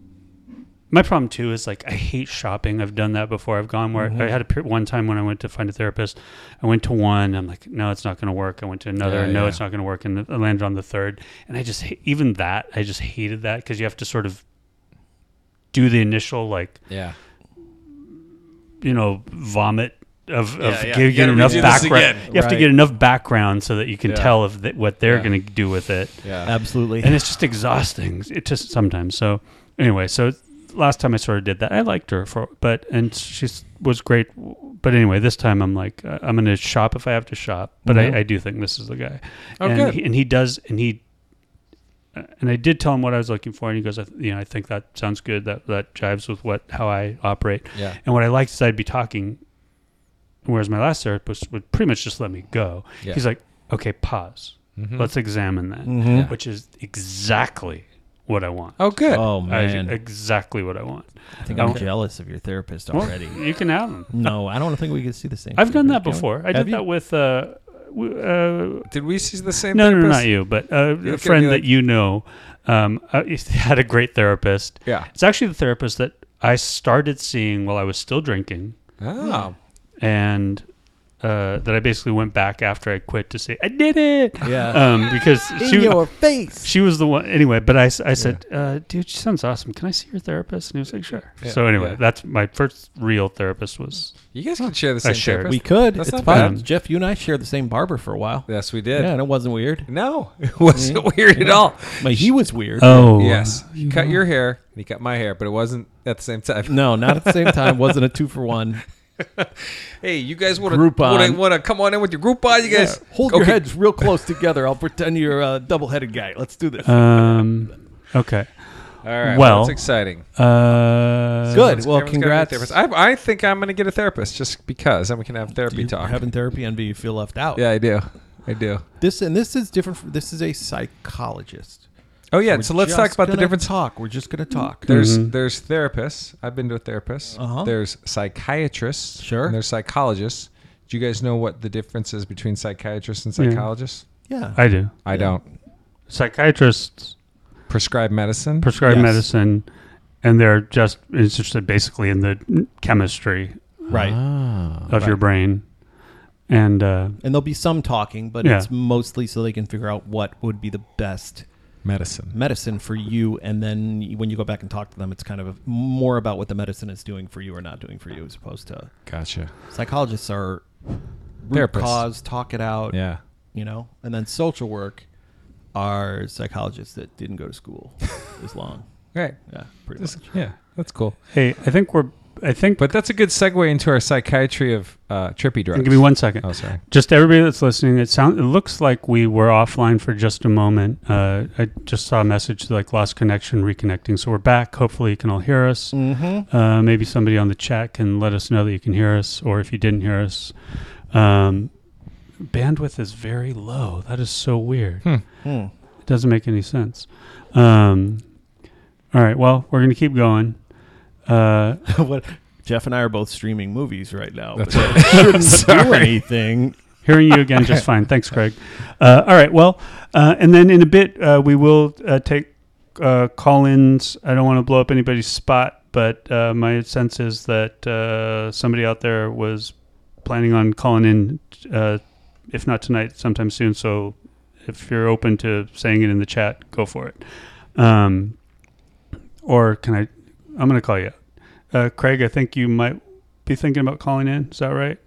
[SPEAKER 5] my problem too is like I hate shopping. I've done that before. I've gone where
[SPEAKER 3] Mm-hmm.
[SPEAKER 5] I had a per- one time when I went to find a therapist. I went to one. I'm like, no, it's not going to work. I went to another.
[SPEAKER 3] Yeah,
[SPEAKER 5] no,
[SPEAKER 3] yeah.
[SPEAKER 5] it's not going to work. And I landed on the third. And I just ha- even that I just hated that because you have to sort of do the initial like
[SPEAKER 3] Yeah.
[SPEAKER 5] you know vomit of, of
[SPEAKER 3] yeah. You
[SPEAKER 5] giving
[SPEAKER 3] gotta
[SPEAKER 5] enough
[SPEAKER 3] redo this again.
[SPEAKER 5] background. You have to
[SPEAKER 1] Right.
[SPEAKER 5] get enough background so that you can
[SPEAKER 3] Yeah.
[SPEAKER 5] tell if th- what they're
[SPEAKER 3] Yeah.
[SPEAKER 5] going to do with it
[SPEAKER 3] Yeah.
[SPEAKER 1] Absolutely.
[SPEAKER 5] and it's just exhausting. It just sometimes. So anyway, so last time I sort of did that. I liked her for, but and she was great. But anyway, this time I'm like, uh, I'm going to shop if I have to shop. But
[SPEAKER 1] Mhm.
[SPEAKER 5] I, I do think this is the guy.
[SPEAKER 3] Mm-hmm. Oh,
[SPEAKER 5] and
[SPEAKER 3] good.
[SPEAKER 5] He, and he does, and he. uh, And I did tell him what I was looking for, and he goes, I th- "You know, I think that sounds good. That that jives with what how I operate."
[SPEAKER 3] Yeah.
[SPEAKER 5] And what I liked is I'd be talking, whereas my last therapist would pretty much just let me go.
[SPEAKER 3] Yeah.
[SPEAKER 5] He's like, "Okay, pause.
[SPEAKER 1] Mm-hmm.
[SPEAKER 5] Let's examine that,"
[SPEAKER 3] Mm-hmm.
[SPEAKER 1] Mhm.
[SPEAKER 5] which is exactly what I want.
[SPEAKER 3] Oh, good.
[SPEAKER 1] Oh
[SPEAKER 5] I-
[SPEAKER 1] man, I,
[SPEAKER 5] exactly what I want.
[SPEAKER 1] think I'm
[SPEAKER 5] okay.
[SPEAKER 1] jealous of your therapist
[SPEAKER 5] Well,
[SPEAKER 1] already.
[SPEAKER 5] you can have them.
[SPEAKER 1] no, I don't think we can see the same.
[SPEAKER 5] I've done that
[SPEAKER 1] therapist, can we?
[SPEAKER 5] before. I
[SPEAKER 1] Have
[SPEAKER 5] did
[SPEAKER 1] you?
[SPEAKER 5] that with uh, w- uh,
[SPEAKER 3] Did we see the same?
[SPEAKER 5] no, no, no,
[SPEAKER 3] therapist?
[SPEAKER 5] not you, but uh,
[SPEAKER 3] You
[SPEAKER 5] a
[SPEAKER 3] could be
[SPEAKER 5] friend
[SPEAKER 3] like-
[SPEAKER 5] that you know um, uh, had a great therapist.
[SPEAKER 3] Yeah.
[SPEAKER 5] It's actually the therapist that I started seeing while I was still drinking,
[SPEAKER 3] Oh.
[SPEAKER 5] and uh, that I basically went back after I quit to say I did it.
[SPEAKER 1] Yeah.
[SPEAKER 5] Um, because she was-
[SPEAKER 1] face.
[SPEAKER 5] she was the one anyway but i, s- I said uh, dude she sounds awesome can i see your therapist and he was like sure
[SPEAKER 3] Yeah,
[SPEAKER 5] so anyway
[SPEAKER 3] yeah.
[SPEAKER 5] that's my first real therapist was
[SPEAKER 3] You guys can share the same
[SPEAKER 5] shared.
[SPEAKER 3] therapist.
[SPEAKER 1] We could.
[SPEAKER 3] That's
[SPEAKER 1] it's
[SPEAKER 3] not
[SPEAKER 1] fine.
[SPEAKER 5] bad.
[SPEAKER 1] Jeff, you and I shared the same barber for a while.
[SPEAKER 3] yes, we did.
[SPEAKER 1] Yeah, and it wasn't weird.
[SPEAKER 3] No, it wasn't weird at all.
[SPEAKER 1] I mean, he was weird.
[SPEAKER 5] oh
[SPEAKER 3] Yes, he cut your hair and he cut my hair, but it wasn't at the same time.
[SPEAKER 1] no, not at the same time. Wasn't a two for one.
[SPEAKER 3] Hey, you guys want to
[SPEAKER 1] Groupon.
[SPEAKER 3] want to come on in with your Groupon? You guys
[SPEAKER 1] Yeah, Hold your
[SPEAKER 3] Okay.
[SPEAKER 1] heads real close together. I'll pretend you're a double-headed guy. Let's do
[SPEAKER 3] Uh,
[SPEAKER 1] this.
[SPEAKER 5] um okay
[SPEAKER 3] All right. Well,
[SPEAKER 5] Well-
[SPEAKER 3] that's exciting.
[SPEAKER 5] uh
[SPEAKER 1] Good. Well,
[SPEAKER 3] Everyone's gotta
[SPEAKER 1] congrats.
[SPEAKER 3] get a therapist. I, I think I'm going to get a therapist just because, and we can have therapy
[SPEAKER 1] you
[SPEAKER 3] talk.
[SPEAKER 1] having therapy envy, you feel left out.
[SPEAKER 3] yeah, I do. I do.
[SPEAKER 1] This and this is different. From, this is a psychologist.
[SPEAKER 3] Oh yeah.
[SPEAKER 1] We're
[SPEAKER 3] so let's talk
[SPEAKER 1] just
[SPEAKER 3] about the
[SPEAKER 1] gonna
[SPEAKER 3] difference.
[SPEAKER 1] Talk. We're just gonna talk.
[SPEAKER 3] There's there's therapists. I've been to a therapist.
[SPEAKER 1] Uh-huh.
[SPEAKER 3] There's psychiatrists.
[SPEAKER 1] Sure.
[SPEAKER 3] And there's psychologists. Do you guys know what the difference is between psychiatrists and psychologists?
[SPEAKER 1] yeah.
[SPEAKER 5] i do
[SPEAKER 3] I don't.
[SPEAKER 5] psychiatrists
[SPEAKER 3] Prescribe medicine.
[SPEAKER 5] prescribe
[SPEAKER 1] Yes.
[SPEAKER 5] medicine and they're just interested basically in the chemistry
[SPEAKER 1] right.
[SPEAKER 5] of your brain and uh
[SPEAKER 1] and there'll be some talking, but
[SPEAKER 5] Yeah.
[SPEAKER 1] it's mostly so they can figure out what would be the best
[SPEAKER 3] medicine.
[SPEAKER 1] medicine for you. And then when you go back and talk to them, it's kind of more about what the medicine is doing for you or not doing for you, as opposed to
[SPEAKER 3] Gotcha.
[SPEAKER 1] psychologists are root
[SPEAKER 3] Therapists.
[SPEAKER 1] cause, talk it out.
[SPEAKER 3] Yeah.
[SPEAKER 1] you know and then social work are psychologists that didn't go to school as long
[SPEAKER 3] Right.
[SPEAKER 1] yeah pretty
[SPEAKER 3] Just-
[SPEAKER 1] much
[SPEAKER 3] yeah. That's cool.
[SPEAKER 5] hey i think we're I think.
[SPEAKER 3] But that's a good segue into our psychiatry of uh, trippy drugs.
[SPEAKER 5] give me one second.
[SPEAKER 3] Oh, sorry.
[SPEAKER 5] Just everybody that's listening, it sound it looks like we were offline for just a moment. Uh, I just saw a message that, like lost connection, reconnecting. So we're back. Hopefully, you can all hear us. Mm-hmm. Uh, maybe somebody on the chat can let us know that you can hear us, or if you didn't hear us. Um, bandwidth is very low. That is so weird.
[SPEAKER 3] Hmm.
[SPEAKER 5] It doesn't make any sense. Um, all right. Well, we're gonna keep going. Uh,
[SPEAKER 1] what Jeff and I are both streaming movies right now. That's but that shouldn't do anything.
[SPEAKER 5] Hearing you again just fine. Thanks, Craig. Uh, all right. Well, uh, and then in a bit, uh, we will uh, take uh, call ins. I don't want to blow up anybody's spot, but uh, my sense is that uh, somebody out there was planning on calling in, uh, if not tonight, sometime soon. So if you're open to saying it in the chat, go for it. Um, or can I? I'm going to call you. Uh, Craig, I think you might be thinking about calling in. Is that right?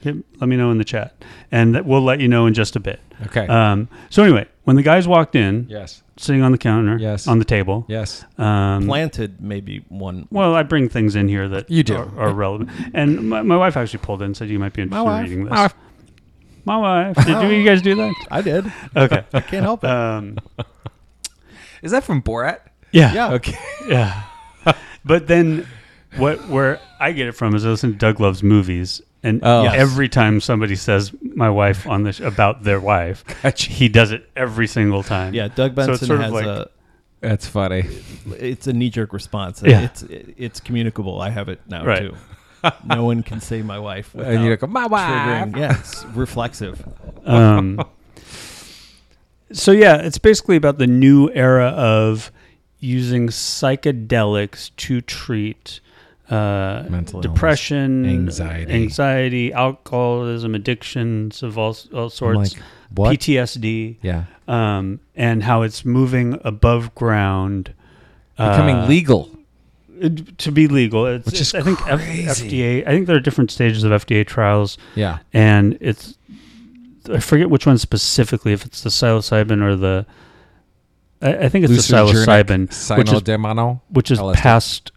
[SPEAKER 5] Hit, let me know in the chat, and that we'll let you know in just a bit.
[SPEAKER 3] Okay.
[SPEAKER 5] Um, so anyway, when the guys walked in,
[SPEAKER 3] yes.
[SPEAKER 5] sitting on the counter,
[SPEAKER 3] Yes.
[SPEAKER 5] on the table,
[SPEAKER 3] Yes.
[SPEAKER 5] um,
[SPEAKER 1] Planted maybe one.
[SPEAKER 5] well, I bring things in here that
[SPEAKER 3] You do.
[SPEAKER 5] are, are relevant. And my, my wife actually pulled in and said you might be interested in
[SPEAKER 1] wife.
[SPEAKER 5] reading this.
[SPEAKER 3] My wife.
[SPEAKER 5] My wife. Did you, you guys do that?
[SPEAKER 1] I did.
[SPEAKER 5] Okay.
[SPEAKER 1] I can't help
[SPEAKER 3] Uh,
[SPEAKER 1] it.
[SPEAKER 5] Um,
[SPEAKER 3] Is that from Borat?
[SPEAKER 5] yeah.
[SPEAKER 1] yeah.
[SPEAKER 3] Okay.
[SPEAKER 5] Yeah. but then what where I get it from is I listen to Doug Loves Movies and
[SPEAKER 3] Oh. Yes.
[SPEAKER 5] every time somebody says my wife on the sh- about their wife,
[SPEAKER 3] Gotcha.
[SPEAKER 5] he does it every single time.
[SPEAKER 1] Yeah. Doug
[SPEAKER 5] So it's
[SPEAKER 1] Benson
[SPEAKER 5] sort of
[SPEAKER 1] has
[SPEAKER 5] like-
[SPEAKER 1] a.
[SPEAKER 3] That's funny.
[SPEAKER 1] It's a knee jerk response.
[SPEAKER 5] Yeah.
[SPEAKER 1] It's it's communicable. I have it now
[SPEAKER 5] Right.
[SPEAKER 1] too. No one can say my wife without
[SPEAKER 3] And you go, my wife.
[SPEAKER 1] triggering. Yeah, it's reflexive.
[SPEAKER 5] Um, so yeah, it's basically about the new era of using psychedelics to treat uh,
[SPEAKER 3] Mental illness,
[SPEAKER 5] depression,
[SPEAKER 3] anxiety.
[SPEAKER 5] anxiety, alcoholism, addictions of all all sorts,
[SPEAKER 3] like, what?
[SPEAKER 5] PTSD,
[SPEAKER 3] Yeah.
[SPEAKER 5] um, and how it's moving above ground
[SPEAKER 3] Becoming legal.
[SPEAKER 5] it- to be legal. It's,
[SPEAKER 3] Which is
[SPEAKER 5] it's- I think F-
[SPEAKER 3] crazy.
[SPEAKER 5] FDA. I think there are different stages of FDA trials.
[SPEAKER 3] Yeah.
[SPEAKER 5] and it's I forget which one specifically. If it's the psilocybin or the, I, I think it's the psilocybin, which is
[SPEAKER 3] Sinodemano.
[SPEAKER 5] which is
[SPEAKER 3] LSD.
[SPEAKER 5] past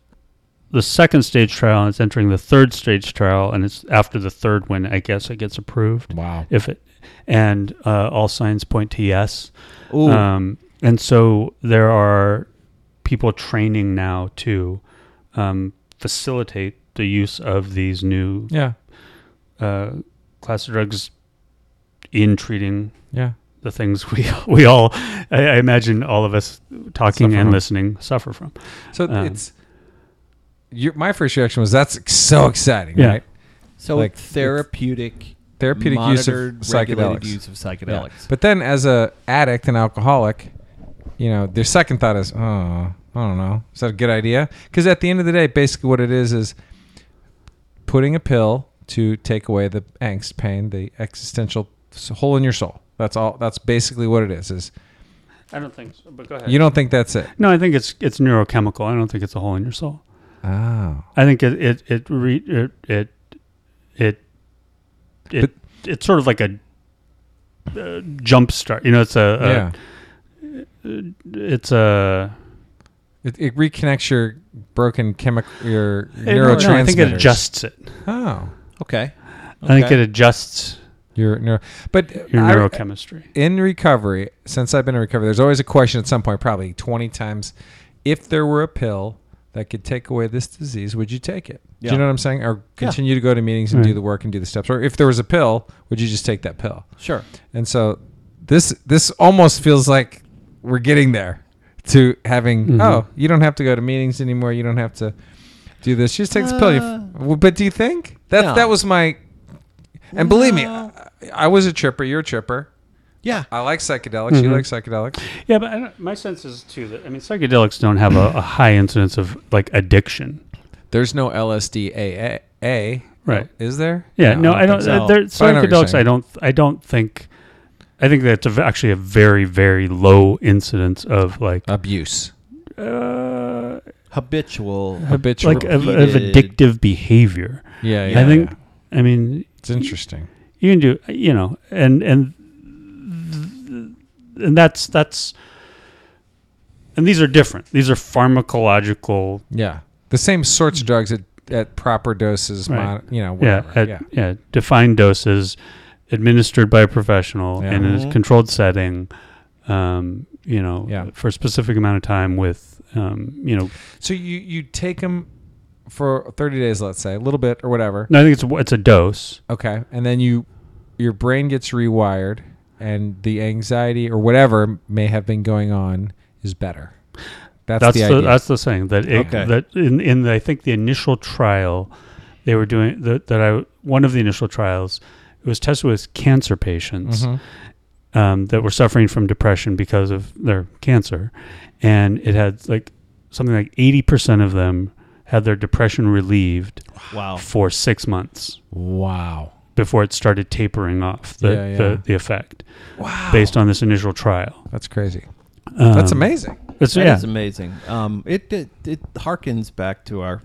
[SPEAKER 5] the second stage trial and it's entering the third stage trial, and it's after the third one. I guess it gets approved
[SPEAKER 3] Wow.
[SPEAKER 5] if it, and uh, all signs point to yes.
[SPEAKER 1] Ooh,
[SPEAKER 5] Um, and so there are people training now to um, facilitate the use of these new
[SPEAKER 3] Yeah.
[SPEAKER 5] uh, class of drugs in treating
[SPEAKER 3] Yeah.
[SPEAKER 5] the things we we all I, I imagine all of us talking
[SPEAKER 3] Suffer
[SPEAKER 5] and
[SPEAKER 3] from.
[SPEAKER 5] listening suffer from.
[SPEAKER 3] So
[SPEAKER 5] Um,
[SPEAKER 3] it's your, my first reaction was that's ex- so exciting,
[SPEAKER 5] Yeah.
[SPEAKER 3] right?
[SPEAKER 1] so
[SPEAKER 3] like,
[SPEAKER 1] therapeutic,
[SPEAKER 3] Therapeutic use of
[SPEAKER 1] monitored, regulated
[SPEAKER 3] psychedelics.
[SPEAKER 1] use of
[SPEAKER 3] Yeah.
[SPEAKER 1] psychedelics.
[SPEAKER 3] But then as a addict and alcoholic, you know, their second thought is, oh, I don't know. Is that a good idea? Because at the end of the day, basically what it is is putting a pill to take away the angst, pain, the existential s- hole in your soul. That's all. That's basically what it is. Is
[SPEAKER 5] I don't think so, but go ahead.
[SPEAKER 3] you don't think that's it?
[SPEAKER 5] no, I think it's it's neurochemical. I don't think it's a hole in your soul.
[SPEAKER 3] Oh,
[SPEAKER 5] I think it it it re, it it it, it it's sort of like a uh, jump start. You know, it's a, a
[SPEAKER 3] yeah.
[SPEAKER 5] it's a
[SPEAKER 3] It, it reconnects your broken chemical, your
[SPEAKER 5] no,
[SPEAKER 3] neurotransmitters.
[SPEAKER 5] no, I think it adjusts it.
[SPEAKER 3] Oh,
[SPEAKER 1] okay.
[SPEAKER 5] I think
[SPEAKER 1] Okay.
[SPEAKER 5] it adjusts
[SPEAKER 3] your neuro. But
[SPEAKER 5] your
[SPEAKER 3] I-
[SPEAKER 5] neurochemistry.
[SPEAKER 3] in recovery, since I've been in recovery, there's always a question at some point, probably 20 times, if there were a pill that could take away this disease, would you take it? Do
[SPEAKER 1] Yeah.
[SPEAKER 3] you know what I'm saying? Or continue to go to meetings
[SPEAKER 5] Mm.
[SPEAKER 3] and do the work and do the steps. Or if there was a pill, would you just take that pill?
[SPEAKER 1] Sure.
[SPEAKER 3] And so this this almost feels like we're getting there to having
[SPEAKER 5] Mm-hmm.
[SPEAKER 3] oh, you don't have to go to meetings anymore, you don't have to do this. Just take this pill.
[SPEAKER 5] Uh.
[SPEAKER 3] You f- Well, but do you think? That
[SPEAKER 1] No.
[SPEAKER 3] that was my And believe me, I,
[SPEAKER 1] No.
[SPEAKER 3] I was a tripper, you're a tripper.
[SPEAKER 1] Yeah.
[SPEAKER 3] I like psychedelics.
[SPEAKER 5] Mm-hmm.
[SPEAKER 3] You like psychedelics?
[SPEAKER 5] Yeah, but I don't, my sense is too that I mean psychedelics don't have a, a high incidence of like addiction.
[SPEAKER 3] There's no LSD A A.
[SPEAKER 5] Right.
[SPEAKER 3] Is there?
[SPEAKER 5] Yeah, no, I don't.
[SPEAKER 3] think
[SPEAKER 5] uh, there,
[SPEAKER 3] But I know what you're
[SPEAKER 5] psychedelics, I,
[SPEAKER 3] saying.
[SPEAKER 5] don't. I don't think. I think that's a, v- actually a very very low incidence of like
[SPEAKER 3] Abuse.
[SPEAKER 5] uh,
[SPEAKER 1] Habitual.
[SPEAKER 3] Habitual.
[SPEAKER 5] like of, of
[SPEAKER 1] repeated-
[SPEAKER 5] addictive behavior.
[SPEAKER 3] yeah,
[SPEAKER 5] I think. I mean,
[SPEAKER 3] it's interesting.
[SPEAKER 5] you can do you know and and and that's that's and these are different these are pharmacological
[SPEAKER 3] Yeah. the same sorts of drugs at, at proper doses.
[SPEAKER 5] Mm. Right.
[SPEAKER 3] Mon, you know,
[SPEAKER 5] yeah,
[SPEAKER 3] whatever.
[SPEAKER 5] at,
[SPEAKER 3] yeah.
[SPEAKER 5] yeah, defined doses, administered by a professional
[SPEAKER 3] Yeah. Mm-hmm.
[SPEAKER 5] in
[SPEAKER 1] Mhm.
[SPEAKER 5] a controlled setting. Um, you know,
[SPEAKER 3] Yeah.
[SPEAKER 5] for a specific amount of time with, um, you know,
[SPEAKER 3] So you you take them for 30 days, let's say, a little bit or whatever.
[SPEAKER 5] no, I think it's a- it's a dose.
[SPEAKER 3] Okay, and then you your brain gets rewired, and the anxiety or whatever may have been going on is better. That's,
[SPEAKER 5] That's
[SPEAKER 3] the,
[SPEAKER 5] the,
[SPEAKER 3] idea.
[SPEAKER 5] that's the thing that it,
[SPEAKER 1] Okay.
[SPEAKER 5] that in in the, I think the initial trial they were doing that that I one of the initial trials it was tested with cancer patients
[SPEAKER 3] Mhm.
[SPEAKER 5] um, that were suffering from depression because of their cancer, and it had like something like eighty percent of them had their depression relieved
[SPEAKER 1] Wow.
[SPEAKER 5] for six months
[SPEAKER 3] Wow.
[SPEAKER 5] before it started tapering off the
[SPEAKER 3] Yeah, yeah.
[SPEAKER 5] The, the effect
[SPEAKER 3] Wow.
[SPEAKER 5] based on this initial trial.
[SPEAKER 3] That's crazy.
[SPEAKER 5] Um,
[SPEAKER 3] That's amazing.
[SPEAKER 5] It's,
[SPEAKER 1] That is
[SPEAKER 5] yeah,
[SPEAKER 1] amazing. Um, it, it it harkens back to our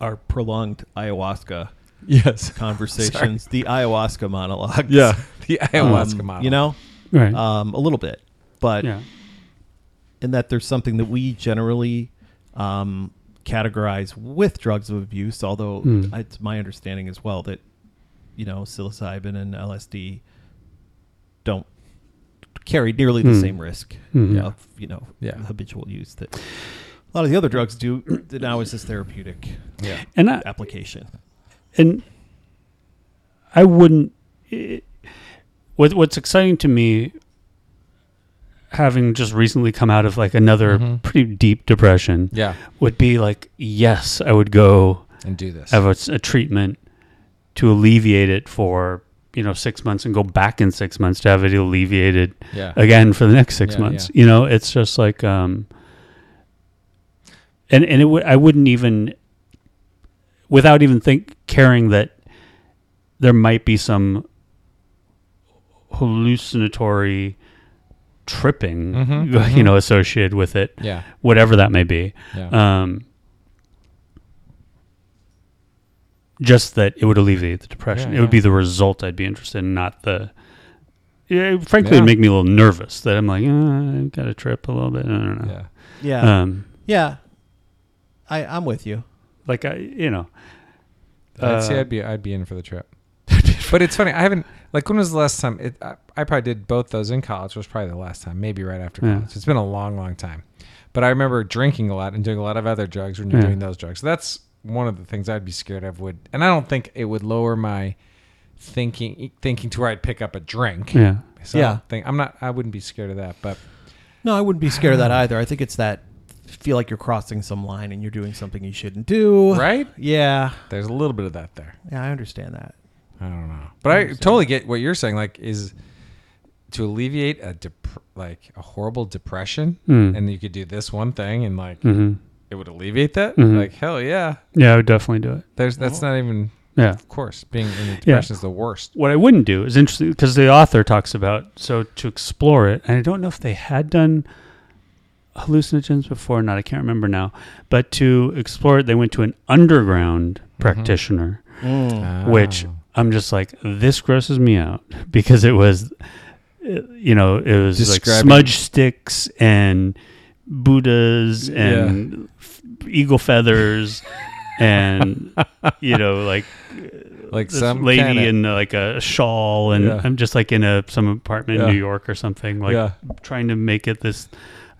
[SPEAKER 1] our prolonged ayahuasca
[SPEAKER 3] Yes.
[SPEAKER 1] conversations, the ayahuasca monologues.
[SPEAKER 3] the
[SPEAKER 1] Um,
[SPEAKER 3] ayahuasca model.
[SPEAKER 1] You know,
[SPEAKER 5] right.
[SPEAKER 3] uh,
[SPEAKER 1] um, a little bit, but
[SPEAKER 5] yeah.
[SPEAKER 1] in that there's something that we generally um, categorize with drugs of abuse. Although
[SPEAKER 5] Hmm.
[SPEAKER 1] it's my understanding as well that you know psilocybin and LSD don't carry nearly the
[SPEAKER 5] Hmm.
[SPEAKER 1] same risk
[SPEAKER 5] Mhm.
[SPEAKER 1] of you know
[SPEAKER 3] Yeah.
[SPEAKER 1] habitual use that a lot of the other drugs do that now is this therapeutic
[SPEAKER 3] Yeah.
[SPEAKER 5] And I,
[SPEAKER 1] application.
[SPEAKER 5] Uh. and I wouldn't. It, what What's exciting to me, having just recently come out of like another
[SPEAKER 3] Mhm.
[SPEAKER 5] pretty deep depression,
[SPEAKER 3] Yeah.
[SPEAKER 5] would be like, yes, I would go
[SPEAKER 3] And do this.
[SPEAKER 5] have a, s- a treatment to alleviate it for you know six months and go back in six months to have it alleviated
[SPEAKER 3] yeah.
[SPEAKER 5] again for the next six
[SPEAKER 3] Yeah,
[SPEAKER 5] months. You know, it's just like, um, and and it w- I wouldn't even, without even think caring that there might be some hallucinatory tripping,
[SPEAKER 3] Mhm,
[SPEAKER 5] you know, associated with it,
[SPEAKER 3] yeah.
[SPEAKER 5] whatever that may be.
[SPEAKER 3] Yeah.
[SPEAKER 5] Um, just that it would alleviate the depression.
[SPEAKER 3] Yeah,
[SPEAKER 5] it would
[SPEAKER 3] yeah.
[SPEAKER 5] be the result I'd be interested in, not the. Yeah, it frankly,
[SPEAKER 3] Yeah.
[SPEAKER 5] it'd make me a little nervous that I'm like, uh, I've got to trip a little bit. I don't know.
[SPEAKER 3] yeah.
[SPEAKER 1] Yeah,
[SPEAKER 5] Um,
[SPEAKER 1] yeah, I I'm with you.
[SPEAKER 5] like I, you know,
[SPEAKER 3] I'd say
[SPEAKER 5] Uh,
[SPEAKER 3] I'd be I'd be in for the trip. but it's funny. I haven't like when was the last time? It, I, I probably did both those in college. Was probably the last time, maybe right after
[SPEAKER 5] Yeah.
[SPEAKER 3] college. It's been a long, long time. But I remember drinking a lot and doing a lot of other drugs when you're
[SPEAKER 5] Yeah.
[SPEAKER 3] doing those drugs. So that's one of the things I'd be scared of. Would and I don't think it would lower my thinking thinking to where I'd pick up a drink.
[SPEAKER 5] yeah,
[SPEAKER 3] So I don't
[SPEAKER 1] Yeah.
[SPEAKER 3] think- I'm not. I wouldn't be scared of that. But
[SPEAKER 1] No, I wouldn't be scared of that either. I think it's that feel like you're crossing some line and you're doing something you shouldn't do.
[SPEAKER 3] right,
[SPEAKER 1] Yeah.
[SPEAKER 3] there's a little bit of that there.
[SPEAKER 1] Yeah, I understand that.
[SPEAKER 3] I don't know, but I totally get what you're saying. Like, is to alleviate a dep- like a horrible depression,
[SPEAKER 5] Mm.
[SPEAKER 3] and you could do this one thing, and like
[SPEAKER 5] hmm
[SPEAKER 3] it would alleviate that.
[SPEAKER 5] Mhm.
[SPEAKER 3] Like, hell yeah!
[SPEAKER 5] yeah, I would definitely do it.
[SPEAKER 3] There's that's not even
[SPEAKER 5] Yeah.
[SPEAKER 3] of course being in a depression is the worst.
[SPEAKER 5] What I wouldn't do is interesting because the author talks about so to explore it, and I don't know if they had done hallucinogens before or not. I can't remember now, but to explore it, they went to an underground
[SPEAKER 3] Mm-hmm.
[SPEAKER 5] practitioner,
[SPEAKER 3] Ah.
[SPEAKER 5] which
[SPEAKER 3] Oh.
[SPEAKER 5] I'm just like this grosses me out because it was, uh, you know, it was like
[SPEAKER 3] Describing-
[SPEAKER 5] smudge sticks and Buddhas and f- eagle feathers. And you know, like
[SPEAKER 3] like
[SPEAKER 5] this
[SPEAKER 3] some
[SPEAKER 5] lady
[SPEAKER 3] kinda-
[SPEAKER 5] in uh, like a shawl, and
[SPEAKER 3] Yeah.
[SPEAKER 5] I'm just like in a some apartment
[SPEAKER 3] Yeah.
[SPEAKER 5] in New York or something, like
[SPEAKER 3] Yeah.
[SPEAKER 5] trying to make it this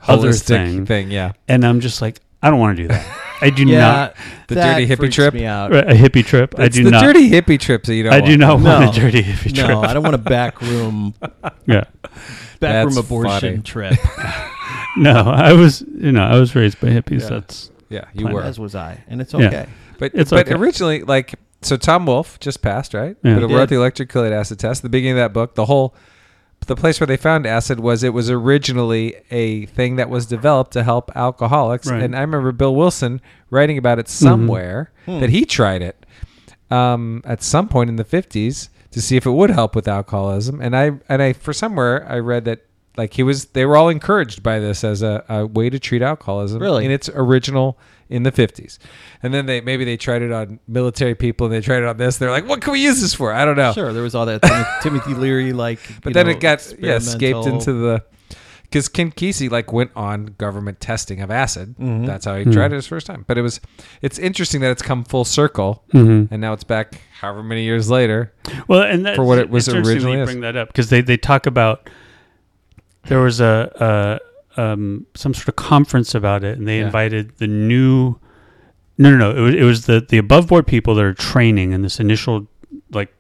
[SPEAKER 5] other
[SPEAKER 3] holistic
[SPEAKER 5] thing.
[SPEAKER 3] thing, yeah.
[SPEAKER 5] And I'm just like, I don't want to do that. I do
[SPEAKER 1] Yeah.
[SPEAKER 5] not
[SPEAKER 3] The
[SPEAKER 1] that
[SPEAKER 3] dirty hippie
[SPEAKER 1] freaks
[SPEAKER 3] trip?
[SPEAKER 1] Me out.
[SPEAKER 5] a hippie trip. I
[SPEAKER 3] It's
[SPEAKER 5] do
[SPEAKER 3] the
[SPEAKER 5] not.
[SPEAKER 3] dirty hippie trips that you don't.
[SPEAKER 5] I do
[SPEAKER 3] want.
[SPEAKER 5] not
[SPEAKER 1] No.
[SPEAKER 5] want a dirty hippie trip.
[SPEAKER 1] No, I don't want a backroom
[SPEAKER 5] Yeah,
[SPEAKER 1] backroom
[SPEAKER 3] That's funny.
[SPEAKER 1] abortion trip.
[SPEAKER 5] no. I was, you know, I was raised by hippies.
[SPEAKER 3] Yeah.
[SPEAKER 5] That's
[SPEAKER 3] Yeah, you were.
[SPEAKER 1] As was I, and it's
[SPEAKER 5] Yeah.
[SPEAKER 1] okay.
[SPEAKER 3] But
[SPEAKER 5] It's
[SPEAKER 3] but
[SPEAKER 5] okay.
[SPEAKER 3] originally, like, so Tom Wolfe just passed, right?
[SPEAKER 5] Yeah.
[SPEAKER 3] But
[SPEAKER 5] He
[SPEAKER 3] it wrote
[SPEAKER 1] did.
[SPEAKER 3] the electrocholic acid test. The beginning of that book, the whole, the place where they found acid was it was originally a thing that was developed to help alcoholics.
[SPEAKER 5] Right. Mm-hmm.
[SPEAKER 3] And I remember Bill Wilson writing about it somewhere that he tried it um, at some point in the fifties to see if it would help with alcoholism. And I and I for somewhere I read that like he was they were all encouraged by this as a, a way to treat alcoholism
[SPEAKER 1] Really?
[SPEAKER 3] in its original in the 50s and then they maybe they tried it on military people and they tried it on this they're like what can we use this for i don't know
[SPEAKER 1] Sure, there was all that Tim- Timothy Leary like,
[SPEAKER 3] but then it got yeah, escaped into the because Ken Kesey like went on government testing of acid. That's how he tried it his first time. But it was it's interesting that it's come full circle, and now it's back however many years later.
[SPEAKER 5] Well, and that's
[SPEAKER 3] For what it was
[SPEAKER 5] interesting that you
[SPEAKER 3] originally is.
[SPEAKER 5] Bring that up because they, they talk about there was a, a um, some sort of conference about it, and they
[SPEAKER 3] Yeah.
[SPEAKER 5] invited the new. No, no, no. It was it was the the above board people that are training in this initial like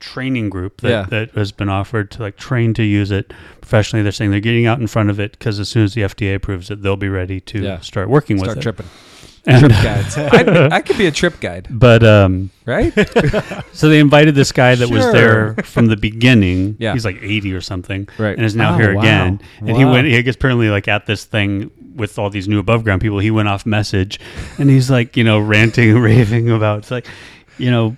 [SPEAKER 5] training group that,
[SPEAKER 3] Yeah.
[SPEAKER 5] that has been offered to like train to use it professionally. They're saying they're getting out in front of it because as soon as the FDA approves it, they'll be ready to
[SPEAKER 3] Yeah.
[SPEAKER 5] start working
[SPEAKER 3] Start
[SPEAKER 5] with
[SPEAKER 3] tripping.
[SPEAKER 5] it. And,
[SPEAKER 3] Guides. I, I could be a trip guide,
[SPEAKER 5] but um,
[SPEAKER 3] right?
[SPEAKER 5] So they invited this guy that was
[SPEAKER 3] Sure.
[SPEAKER 5] there from the beginning.
[SPEAKER 3] Yeah.
[SPEAKER 5] He's like 80 or something.
[SPEAKER 3] Right.
[SPEAKER 5] And is now
[SPEAKER 3] Oh,
[SPEAKER 5] here
[SPEAKER 3] wow.
[SPEAKER 5] again. And he
[SPEAKER 3] Wow.
[SPEAKER 5] went, he gets apparently like at this thing with all these new above ground people. He went off message and he's like, you know, ranting and raving about, it's like, you know,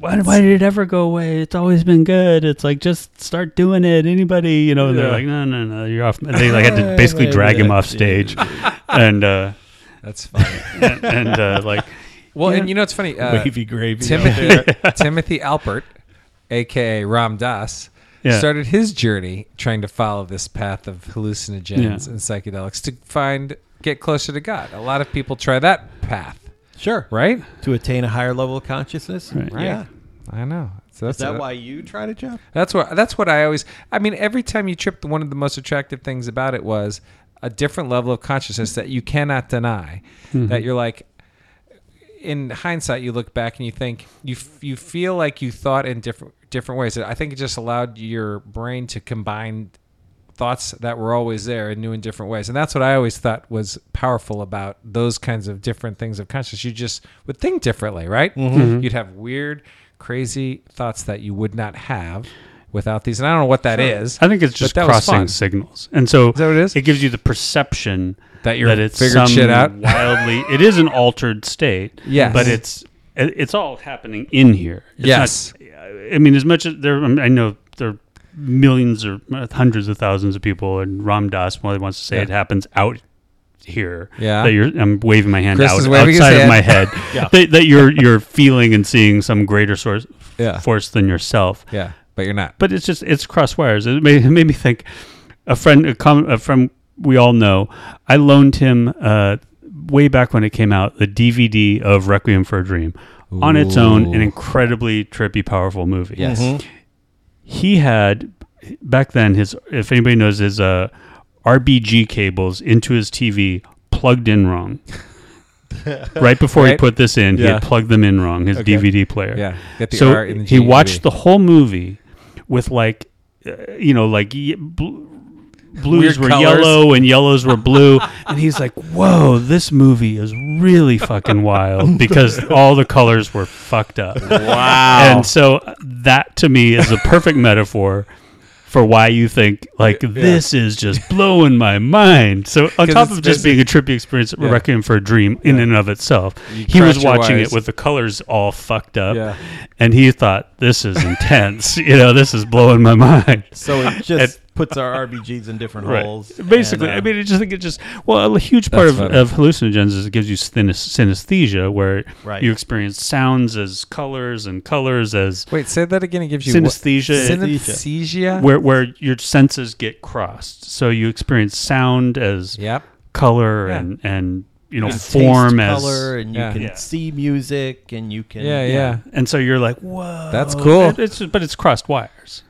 [SPEAKER 5] why, why did it ever go away? It's always been good. It's like, just start doing it. Anybody, you know, and they're
[SPEAKER 3] Yeah.
[SPEAKER 5] like, no, no, no, you're off. And they like had to basically drag him off stage. and, uh,
[SPEAKER 3] That's fine.
[SPEAKER 5] and, and uh, like,
[SPEAKER 3] Well,
[SPEAKER 5] Yeah.
[SPEAKER 3] and you know it's funny. Uh,
[SPEAKER 1] Wavy gravy.
[SPEAKER 3] Timothy Timothy Alpert, aka Ram Das,
[SPEAKER 5] Yeah.
[SPEAKER 3] started his journey trying to follow this path of hallucinogens
[SPEAKER 5] Yeah.
[SPEAKER 3] and psychedelics to find get closer to God. A lot of people try that path,
[SPEAKER 1] Sure.
[SPEAKER 3] right?
[SPEAKER 1] To attain a higher level of consciousness.
[SPEAKER 5] Right.
[SPEAKER 1] Yeah.
[SPEAKER 3] Right. I know. So that's
[SPEAKER 1] Is that
[SPEAKER 3] a-
[SPEAKER 1] why you tried it, Jeff?
[SPEAKER 3] That's what that's what I always. I mean, every time you tripped, one of the most attractive things about it was a different level of consciousness that you cannot deny.
[SPEAKER 5] Mm-hmm.
[SPEAKER 3] That you're like, in hindsight, you look back and you think you f- you feel like you thought in different different ways. I think it just allowed your brain to combine thoughts that were always there in new and different ways. And that's what I always thought was powerful about those kinds of different things of consciousness. You just would think differently, right?
[SPEAKER 5] Mm-hmm.
[SPEAKER 3] You'd have weird, crazy thoughts that you would not have without these. And I don't know what that is.
[SPEAKER 5] I think it's
[SPEAKER 3] but
[SPEAKER 5] just
[SPEAKER 3] that was fun.
[SPEAKER 5] crossing signals, and so
[SPEAKER 3] that what it is?
[SPEAKER 5] It gives you the perception
[SPEAKER 3] That you're
[SPEAKER 5] that it's
[SPEAKER 3] figuring
[SPEAKER 5] some
[SPEAKER 3] shit out?
[SPEAKER 5] wildly. It is an altered state,
[SPEAKER 3] Yes.
[SPEAKER 5] but it's it- it's all happening in here. It's
[SPEAKER 3] Yes.
[SPEAKER 5] not, I mean as much as there. I know there are millions or hundreds of thousands of people, and Ram Dass well, he wants to say
[SPEAKER 3] Yeah.
[SPEAKER 5] it happens out here.
[SPEAKER 3] Yeah.
[SPEAKER 5] that you're. I'm waving my hand
[SPEAKER 3] Chris
[SPEAKER 5] out
[SPEAKER 3] is waving his
[SPEAKER 5] outside of
[SPEAKER 3] hand.
[SPEAKER 5] my head. that, that you're you're feeling and seeing some greater source
[SPEAKER 3] Yeah.
[SPEAKER 5] force than yourself
[SPEAKER 3] Yeah, but you're not.
[SPEAKER 5] but it's just it's cross wires. It made, it made me think. A friend, a, com- a friend we all know. I loaned him uh, way back when it came out the DVD of Requiem for a Dream. On its own, an
[SPEAKER 3] Ooh.
[SPEAKER 5] incredibly trippy, powerful movie.
[SPEAKER 3] Yes. Mm-hmm.
[SPEAKER 5] He had back then his, if anybody knows, his uh, RBG cables into his TV plugged in wrong. right before he
[SPEAKER 3] Right.
[SPEAKER 5] put this in, he
[SPEAKER 3] Yeah.
[SPEAKER 5] had plugged them in wrong. His DVD player
[SPEAKER 3] Yeah, get the
[SPEAKER 5] so
[SPEAKER 3] R in the
[SPEAKER 5] he
[SPEAKER 3] G and
[SPEAKER 5] watched
[SPEAKER 3] V.
[SPEAKER 5] the whole movie with like uh, you know like ye- bl-
[SPEAKER 3] Weird
[SPEAKER 5] blues were
[SPEAKER 3] colors.
[SPEAKER 5] yellow and yellows were blue and he's like whoa this movie is really fucking wild because all the colors were fucked up wow and so uh, that to me is a perfect metaphor for why you think like this is just blowing my mind so on
[SPEAKER 3] 'Cause
[SPEAKER 5] top
[SPEAKER 3] it's
[SPEAKER 5] of just
[SPEAKER 3] busy.
[SPEAKER 5] being a trippy experience requiem for a dream in and of itself he
[SPEAKER 3] crack
[SPEAKER 5] was
[SPEAKER 3] your
[SPEAKER 5] watching
[SPEAKER 3] wires.
[SPEAKER 5] it with the colors all fucked up
[SPEAKER 3] Yeah.
[SPEAKER 5] and he thought this is intense you know this is blowing my mind
[SPEAKER 1] So it just puts our RBGs in different holes.
[SPEAKER 5] basically
[SPEAKER 1] and, uh,
[SPEAKER 5] i mean i just think it just well a huge part of,
[SPEAKER 3] funny.
[SPEAKER 5] of hallucinogens is it gives you synes- synesthesia where
[SPEAKER 1] Right.
[SPEAKER 5] you experience sounds as colors and colors as
[SPEAKER 3] Wait, say that again. It gives you
[SPEAKER 5] Synesthesia.
[SPEAKER 3] What? Synesthesia.
[SPEAKER 5] where, where your senses get crossed so you experience sound as
[SPEAKER 3] Yep.
[SPEAKER 5] color
[SPEAKER 3] Yeah.
[SPEAKER 5] and and you know
[SPEAKER 1] you can taste
[SPEAKER 5] form as
[SPEAKER 1] color, and you
[SPEAKER 3] Yeah.
[SPEAKER 1] can
[SPEAKER 5] Yeah.
[SPEAKER 1] see music, and you can
[SPEAKER 3] Yeah, yeah.
[SPEAKER 5] and so you're like whoa
[SPEAKER 3] That's cool. Uh,
[SPEAKER 5] It- it's but it's crossed wires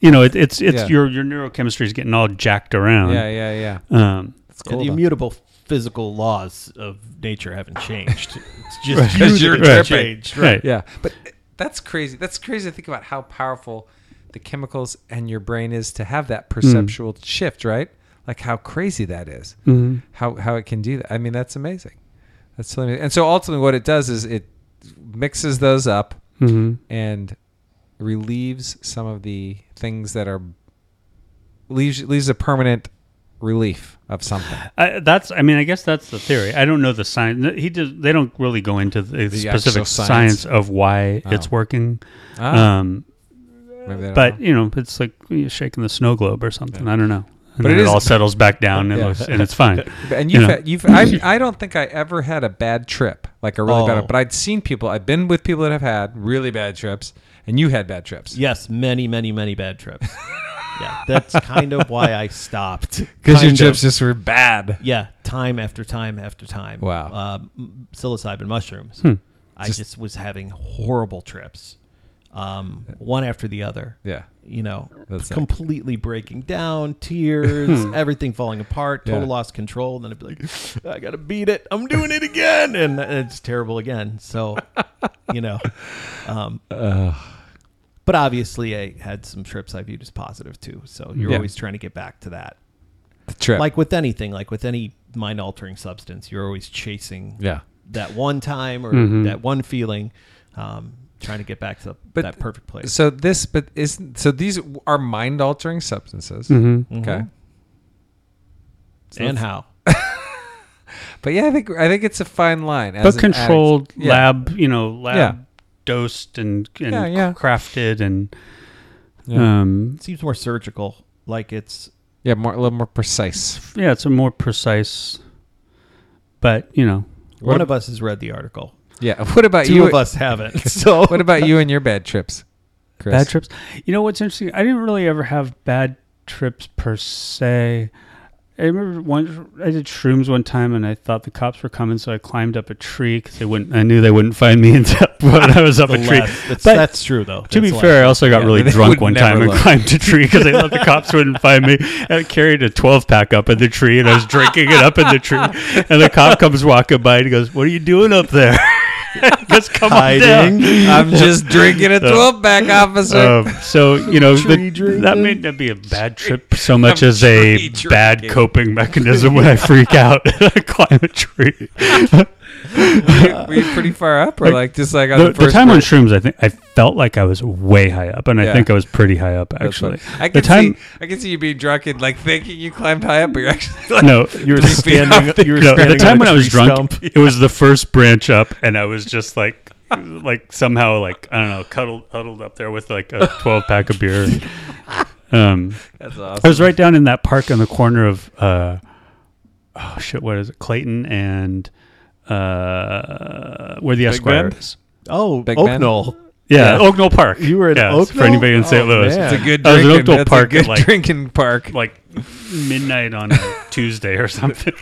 [SPEAKER 5] you know it, it's it's
[SPEAKER 3] Yeah.
[SPEAKER 5] your your neurochemistry is getting all jacked around
[SPEAKER 3] Yeah, yeah, yeah.
[SPEAKER 5] Um,
[SPEAKER 3] It's
[SPEAKER 1] And
[SPEAKER 3] cool.
[SPEAKER 1] the
[SPEAKER 3] though.
[SPEAKER 1] immutable physical laws of nature haven't changed. It's just you
[SPEAKER 3] 'Cause you're
[SPEAKER 1] that have
[SPEAKER 5] tripping.
[SPEAKER 1] changed.
[SPEAKER 5] right.
[SPEAKER 3] Yeah, but that's crazy. That's crazy to think about how powerful the chemicals and your brain is to have that perceptual shift, right? Like how crazy that is. How how it can do that. I mean, that's amazing. That's so amazing. And so ultimately, what it does is it mixes those up Mm-hmm. and relieves some of the things that are leaves leaves a permanent relief of something.
[SPEAKER 5] I, that's. I mean, I guess that's the theory. I don't know the science. He did. They don't really go into the,
[SPEAKER 3] actual
[SPEAKER 5] specific
[SPEAKER 3] science. Oh.
[SPEAKER 5] science. of why it's working.
[SPEAKER 3] Ah,
[SPEAKER 5] Um,
[SPEAKER 3] maybe they don't
[SPEAKER 5] but
[SPEAKER 3] know.
[SPEAKER 5] you know, it's like you're shaking the snow globe or something. I don't know. And
[SPEAKER 3] But
[SPEAKER 5] then
[SPEAKER 3] it
[SPEAKER 5] it,
[SPEAKER 3] is-
[SPEAKER 5] all settles back down and,
[SPEAKER 3] Yeah.
[SPEAKER 5] looks, and it's fine.
[SPEAKER 3] And
[SPEAKER 5] you
[SPEAKER 3] you've,
[SPEAKER 5] know.
[SPEAKER 3] had, you've I, I don't think I ever had a bad trip, like a really bad
[SPEAKER 1] Oh.
[SPEAKER 3] one. But I'd seen people, I've been with people that have had really bad trips, and you had bad trips.
[SPEAKER 1] Yes, many, many, many bad trips. yeah, that's kind of why I stopped.
[SPEAKER 3] Because your
[SPEAKER 1] Kind
[SPEAKER 3] chips
[SPEAKER 1] of.
[SPEAKER 3] just were bad.
[SPEAKER 1] yeah, time after time after time.
[SPEAKER 3] Wow. Hmm.
[SPEAKER 1] Uh, m- psilocybin mushrooms. I
[SPEAKER 3] Just-
[SPEAKER 1] just, was having horrible trips, um, one after the other.
[SPEAKER 3] Yeah.
[SPEAKER 1] You know,
[SPEAKER 3] That's not-
[SPEAKER 1] completely breaking down, tears, everything falling apart, total
[SPEAKER 3] Yeah.
[SPEAKER 1] loss of control. And then I'd be like, I got to beat it. I'm doing it again. And it's terrible again. So, you know. Um, but obviously, I had some trips I viewed as positive too. So you're
[SPEAKER 3] Yeah.
[SPEAKER 1] always trying to get back to that
[SPEAKER 3] The trip.
[SPEAKER 1] like with anything, like with any mind altering substance, you're always chasing
[SPEAKER 3] yeah. Mm-hmm.
[SPEAKER 1] that one time or that one feeling, um, trying to get back to
[SPEAKER 3] But-
[SPEAKER 1] that perfect place.
[SPEAKER 3] So this, but isn't so these are mind altering substances. Okay.
[SPEAKER 1] and how?
[SPEAKER 3] But yeah, I think I think it's a fine line. as
[SPEAKER 5] but
[SPEAKER 3] an addict.
[SPEAKER 5] controlled
[SPEAKER 3] Yeah.
[SPEAKER 5] lab, you know, lab
[SPEAKER 3] Yeah.
[SPEAKER 5] dosed and, and
[SPEAKER 3] Yeah, yeah.
[SPEAKER 5] crafted and
[SPEAKER 3] Yeah.
[SPEAKER 5] um,
[SPEAKER 1] It seems more surgical. Like it's
[SPEAKER 3] Yeah, more a little more precise.
[SPEAKER 5] yeah, it's a more precise. But you know,
[SPEAKER 1] one of us has read the article.
[SPEAKER 3] Yeah. What about
[SPEAKER 1] Two
[SPEAKER 3] you?
[SPEAKER 1] of us haven't. So
[SPEAKER 3] What about you and your bad trips, Chris?
[SPEAKER 5] bad trips. You know what's interesting? I didn't really ever have bad trips per se. I remember one. I did shrooms one time, and I thought the cops were coming, so I climbed up a tree because they wouldn't. I knew they wouldn't find me until when I was up
[SPEAKER 1] the
[SPEAKER 5] a tree.
[SPEAKER 1] less. That's,
[SPEAKER 5] But-
[SPEAKER 1] that's true though.
[SPEAKER 5] To be
[SPEAKER 1] That's less.
[SPEAKER 5] fair, I also got
[SPEAKER 3] Yeah,
[SPEAKER 5] really
[SPEAKER 3] they
[SPEAKER 5] drunk
[SPEAKER 3] would
[SPEAKER 5] one
[SPEAKER 3] never
[SPEAKER 5] time and
[SPEAKER 3] look.
[SPEAKER 5] climbed a tree because I thought the cops wouldn't find me. And I carried a 12 pack up in the tree and I was drinking it up in the tree. And the cop comes walking by and he goes, What are you doing up there? Let's come on down.
[SPEAKER 1] hiding.
[SPEAKER 3] I'm just drinking a twelve pack, officer.
[SPEAKER 5] Um, so, you know, the-
[SPEAKER 1] Tree drinking.
[SPEAKER 5] that may not be a bad trip so much as
[SPEAKER 3] tree
[SPEAKER 5] a
[SPEAKER 3] drinking.
[SPEAKER 5] bad coping mechanism when I freak out and I climb a tree.
[SPEAKER 3] were you pretty far up, or like just like on the,
[SPEAKER 5] The, the
[SPEAKER 3] first
[SPEAKER 5] time on
[SPEAKER 3] bridge?
[SPEAKER 5] shrooms, I think I felt like I was way high up, and I
[SPEAKER 3] Yeah.
[SPEAKER 5] think I was pretty high up actually.
[SPEAKER 3] I
[SPEAKER 5] the
[SPEAKER 3] can
[SPEAKER 5] time,
[SPEAKER 3] see, I can see you being drunk and like thinking you climbed high up, but you're actually like,
[SPEAKER 5] no, you were
[SPEAKER 3] three feet
[SPEAKER 1] standing-
[SPEAKER 3] up.
[SPEAKER 1] you were
[SPEAKER 5] No, the
[SPEAKER 1] standing
[SPEAKER 5] time
[SPEAKER 1] on a
[SPEAKER 5] when I was
[SPEAKER 1] tree
[SPEAKER 5] drunk,
[SPEAKER 1] stump.
[SPEAKER 5] it was the first branch up, and I was just like, like somehow like I don't know, cuddled huddled up there with like a twelve pack of beer. Um,
[SPEAKER 3] That's
[SPEAKER 5] I
[SPEAKER 3] awesome.
[SPEAKER 5] was right down in that park on the corner of uh, oh shit, what is it, Clayton and uh, where the Esquire
[SPEAKER 3] Bend?
[SPEAKER 5] is.
[SPEAKER 1] Oh,
[SPEAKER 3] Big
[SPEAKER 1] Oak
[SPEAKER 3] man.
[SPEAKER 1] Knoll.
[SPEAKER 5] Yeah,
[SPEAKER 1] Yeah.
[SPEAKER 5] Oak Knoll Park.
[SPEAKER 1] You were in
[SPEAKER 5] yeah,
[SPEAKER 1] Oak
[SPEAKER 5] for anybody in
[SPEAKER 1] Knoll?
[SPEAKER 5] St.
[SPEAKER 1] Oh,
[SPEAKER 5] Louis.
[SPEAKER 1] man.
[SPEAKER 3] It's a good
[SPEAKER 5] I was in
[SPEAKER 3] drinking.
[SPEAKER 5] Oakdale
[SPEAKER 3] that's
[SPEAKER 5] Park
[SPEAKER 3] a good
[SPEAKER 5] at, like-
[SPEAKER 3] drinking park.
[SPEAKER 5] Like midnight on a Tuesday or something.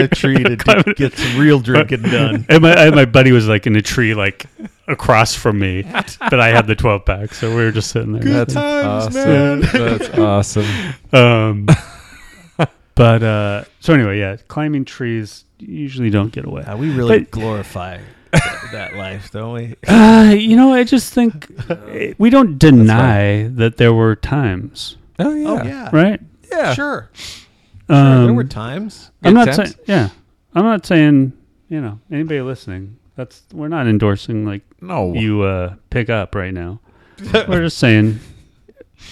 [SPEAKER 1] a tree to
[SPEAKER 5] Climbing-
[SPEAKER 1] get some real drinking done.
[SPEAKER 5] And my and my buddy was like in a tree, like across from me, but I had the twelve pack, so we were just sitting there.
[SPEAKER 3] That's
[SPEAKER 1] times,
[SPEAKER 3] awesome. That's awesome.
[SPEAKER 5] Um, but uh, so anyway, yeah, climbing trees usually don't get away.
[SPEAKER 1] Yeah, we really
[SPEAKER 5] But-
[SPEAKER 1] glorify that, that life, don't we?
[SPEAKER 5] Uh, you know, I just think eh, we don't deny that there were times,
[SPEAKER 3] Oh yeah.
[SPEAKER 1] Oh yeah,
[SPEAKER 5] right?
[SPEAKER 3] Yeah.
[SPEAKER 1] Sure.
[SPEAKER 5] Um,
[SPEAKER 1] there were times.
[SPEAKER 5] I'm
[SPEAKER 3] Good
[SPEAKER 5] not
[SPEAKER 3] times.
[SPEAKER 5] saying, yeah, I'm not saying, you know, anybody listening. That's we're not endorsing like
[SPEAKER 3] No.
[SPEAKER 5] you uh, pick up right now. we're just saying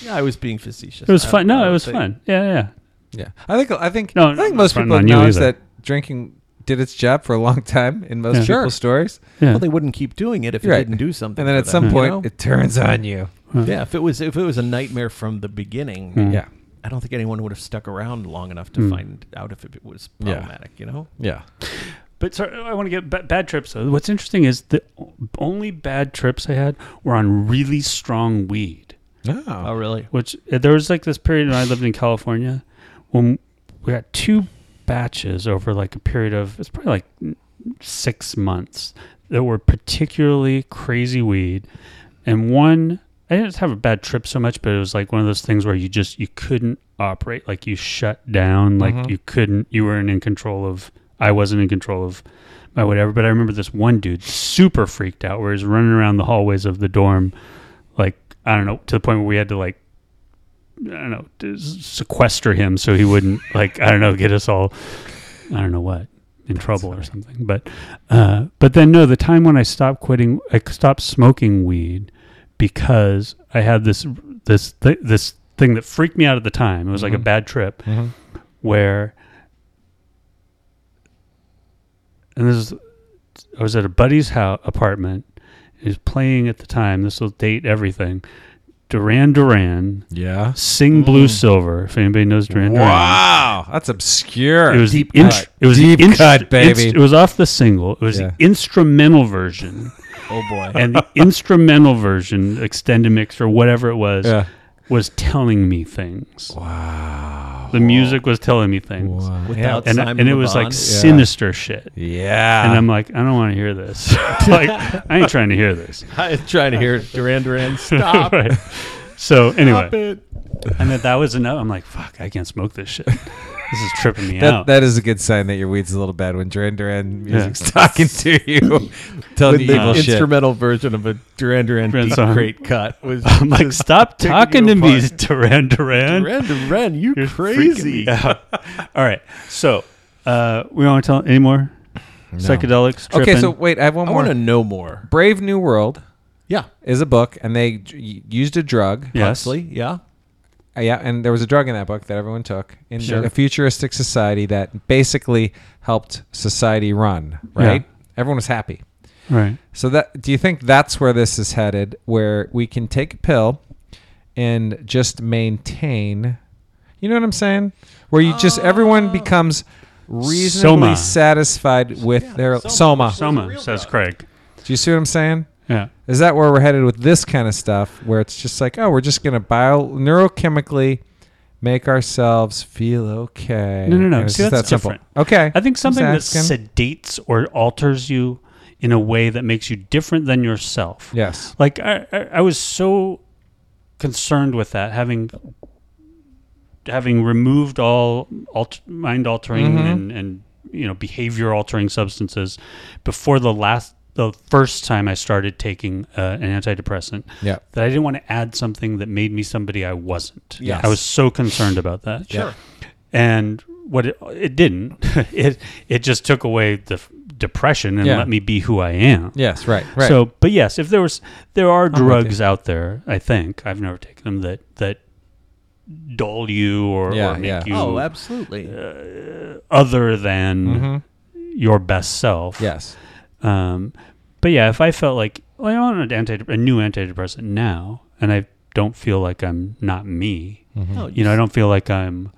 [SPEAKER 1] Yeah, I was being facetious.
[SPEAKER 5] It was
[SPEAKER 1] I-
[SPEAKER 5] fun.
[SPEAKER 1] I
[SPEAKER 5] No, it
[SPEAKER 1] would
[SPEAKER 5] was
[SPEAKER 1] say-
[SPEAKER 5] fun. Yeah, yeah.
[SPEAKER 3] yeah. I think I think
[SPEAKER 5] No,
[SPEAKER 3] I think
[SPEAKER 5] no,
[SPEAKER 3] most
[SPEAKER 5] front
[SPEAKER 3] people
[SPEAKER 5] on you
[SPEAKER 3] acknowledge
[SPEAKER 5] either.
[SPEAKER 3] that drinking did its job for a long time in most
[SPEAKER 5] Yeah.
[SPEAKER 3] people's
[SPEAKER 5] Sure.
[SPEAKER 3] stories,
[SPEAKER 5] yeah.
[SPEAKER 1] Well, they wouldn't keep doing it if
[SPEAKER 3] Right.
[SPEAKER 1] it didn't do something.
[SPEAKER 3] and then
[SPEAKER 1] for
[SPEAKER 3] at
[SPEAKER 1] them,
[SPEAKER 3] some
[SPEAKER 1] you
[SPEAKER 3] point
[SPEAKER 1] know?
[SPEAKER 3] it turns on you.
[SPEAKER 1] yeah, if it was if it was a nightmare from the beginning,
[SPEAKER 5] Mm-hmm.
[SPEAKER 3] Yeah.
[SPEAKER 1] I don't think anyone would have stuck around long enough
[SPEAKER 5] Hmm.
[SPEAKER 1] to find out if it was
[SPEAKER 3] Yeah.
[SPEAKER 1] problematic. You know,
[SPEAKER 3] Yeah.
[SPEAKER 5] But sorry, I want to get ba- bad trips. Though. What's interesting is the o- only bad trips I had were on really strong weed.
[SPEAKER 1] oh really?
[SPEAKER 5] Which uh, there was like this period when I lived in California when we got two batches over like a period of it's probably like n- six months that were particularly crazy weed, and one. I didn't have a bad trip so much, but it was like one of those things where you just you couldn't operate, like you shut down, like you couldn't, you weren't in control of. I wasn't in control of my whatever. But I remember this one dude super freaked out, where he was running around the hallways of the dorm, like I don't know, to the point where we had to like I don't know to s- sequester him so he wouldn't like I don't know get us all I don't know what in trouble or something. But uh, but then no, the time when I stopped quitting, I stopped smoking weed because I had this this th- this thing that freaked me out at the time. It was like a bad trip where and this is I was at a buddy's house apartment. He was playing at the time. This will date everything. Duran Duran,
[SPEAKER 3] Yeah.
[SPEAKER 5] Sing Blue Silver. If anybody knows Duran Duran,
[SPEAKER 3] Wow, that's obscure.
[SPEAKER 5] it was
[SPEAKER 1] Deep
[SPEAKER 5] the int-
[SPEAKER 1] cut.
[SPEAKER 5] It was the
[SPEAKER 3] Deep
[SPEAKER 5] inst-
[SPEAKER 3] cut, baby.
[SPEAKER 5] inst- it was off the single. It was
[SPEAKER 3] Yeah.
[SPEAKER 5] the instrumental version,
[SPEAKER 1] Oh boy.
[SPEAKER 5] and the instrumental version extended mix or whatever it was
[SPEAKER 3] Yeah.
[SPEAKER 5] was telling me things. Wow. The music was telling me things.
[SPEAKER 1] Without
[SPEAKER 5] And,
[SPEAKER 1] Simon
[SPEAKER 5] and it was
[SPEAKER 1] Le
[SPEAKER 5] like
[SPEAKER 1] Bon.
[SPEAKER 5] sinister shit.
[SPEAKER 3] Yeah.
[SPEAKER 5] And I'm like, I don't want to hear this. like, I ain't trying to hear this.
[SPEAKER 1] I was trying to hear Duran Duran stop.
[SPEAKER 5] Right. So anyway,
[SPEAKER 1] it.
[SPEAKER 5] and that, that was enough. I'm like, fuck, I can't smoke this shit. This is tripping me
[SPEAKER 3] that,
[SPEAKER 5] out.
[SPEAKER 3] that is a good sign that your weed's a little bad when Duran Duran music's
[SPEAKER 5] Yeah.
[SPEAKER 3] talking to you, telling
[SPEAKER 1] With
[SPEAKER 3] you
[SPEAKER 1] the
[SPEAKER 3] evil shit.
[SPEAKER 1] instrumental version of a Duran Duran
[SPEAKER 5] Duran
[SPEAKER 1] deep
[SPEAKER 5] song.
[SPEAKER 1] crate cut was
[SPEAKER 5] I'm like,
[SPEAKER 1] just
[SPEAKER 5] stop
[SPEAKER 1] picking
[SPEAKER 5] talking
[SPEAKER 1] you
[SPEAKER 5] to me,
[SPEAKER 1] apart.
[SPEAKER 5] Duran Duran.
[SPEAKER 1] Duran Duran, you
[SPEAKER 5] You're freaking
[SPEAKER 1] crazy.
[SPEAKER 5] me out. All right. So uh, we don't want to tell any more psychedelics. Tripping.
[SPEAKER 3] Okay, so wait, I have one
[SPEAKER 1] I
[SPEAKER 3] more.
[SPEAKER 1] want to know more.
[SPEAKER 3] Brave New World
[SPEAKER 1] Yeah,
[SPEAKER 3] is a book, and they j- used a drug.
[SPEAKER 5] yes,
[SPEAKER 1] Huxley, yeah.
[SPEAKER 3] Uh, yeah, and there was a drug in that book that everyone took in
[SPEAKER 1] Sure.
[SPEAKER 3] a futuristic society that basically helped society run. Right, everyone was happy.
[SPEAKER 5] right.
[SPEAKER 3] So that do you think that's where this is headed? Where we can take a pill and just maintain? You know what I'm saying? Where you just everyone becomes reasonably
[SPEAKER 5] Soma.
[SPEAKER 3] satisfied with their soma.
[SPEAKER 5] Soma says Craig.
[SPEAKER 3] Do you see what I'm saying?
[SPEAKER 5] Yeah.
[SPEAKER 3] Is that where we're headed with this kind of stuff? Where it's just like, oh, we're just gonna bio neurochemically make ourselves feel okay.
[SPEAKER 5] No, no, no.
[SPEAKER 3] And it's
[SPEAKER 5] See,
[SPEAKER 3] just
[SPEAKER 5] that's
[SPEAKER 3] that simple.
[SPEAKER 5] different.
[SPEAKER 3] Okay.
[SPEAKER 5] I think something that
[SPEAKER 3] Just asking.
[SPEAKER 5] sedates or alters you in a way that makes you different than yourself.
[SPEAKER 3] Yes.
[SPEAKER 5] Like I, I, I was so concerned with that, having having removed all alt- mind altering
[SPEAKER 3] Mm-hmm.
[SPEAKER 5] and, and you know behavior altering substances before the last the first time I started taking uh, an antidepressant.
[SPEAKER 3] Yeah.
[SPEAKER 5] That I didn't want to add something that made me somebody I wasn't.
[SPEAKER 3] Yes.
[SPEAKER 5] I was so concerned about that. Sure. And what it, it didn't, it it just took away the f- depression and
[SPEAKER 3] Yeah.
[SPEAKER 5] let me be who I am.
[SPEAKER 3] Yes. Right. Right.
[SPEAKER 5] So, but yes, if there was, there are
[SPEAKER 3] you.
[SPEAKER 5] drugs out there. I think I've never taken them that that dull you or,
[SPEAKER 3] Yeah,
[SPEAKER 5] or make
[SPEAKER 3] yeah.
[SPEAKER 5] you
[SPEAKER 1] Oh, absolutely.
[SPEAKER 5] other than
[SPEAKER 3] Mm-hmm.
[SPEAKER 5] your best self.
[SPEAKER 3] yes.
[SPEAKER 5] Um, but yeah, if I felt like well, I want an anti a new antidepressant now, and I don't feel like I'm not me.
[SPEAKER 3] Mm-hmm.
[SPEAKER 1] No,
[SPEAKER 5] You know, I don't feel like I'm.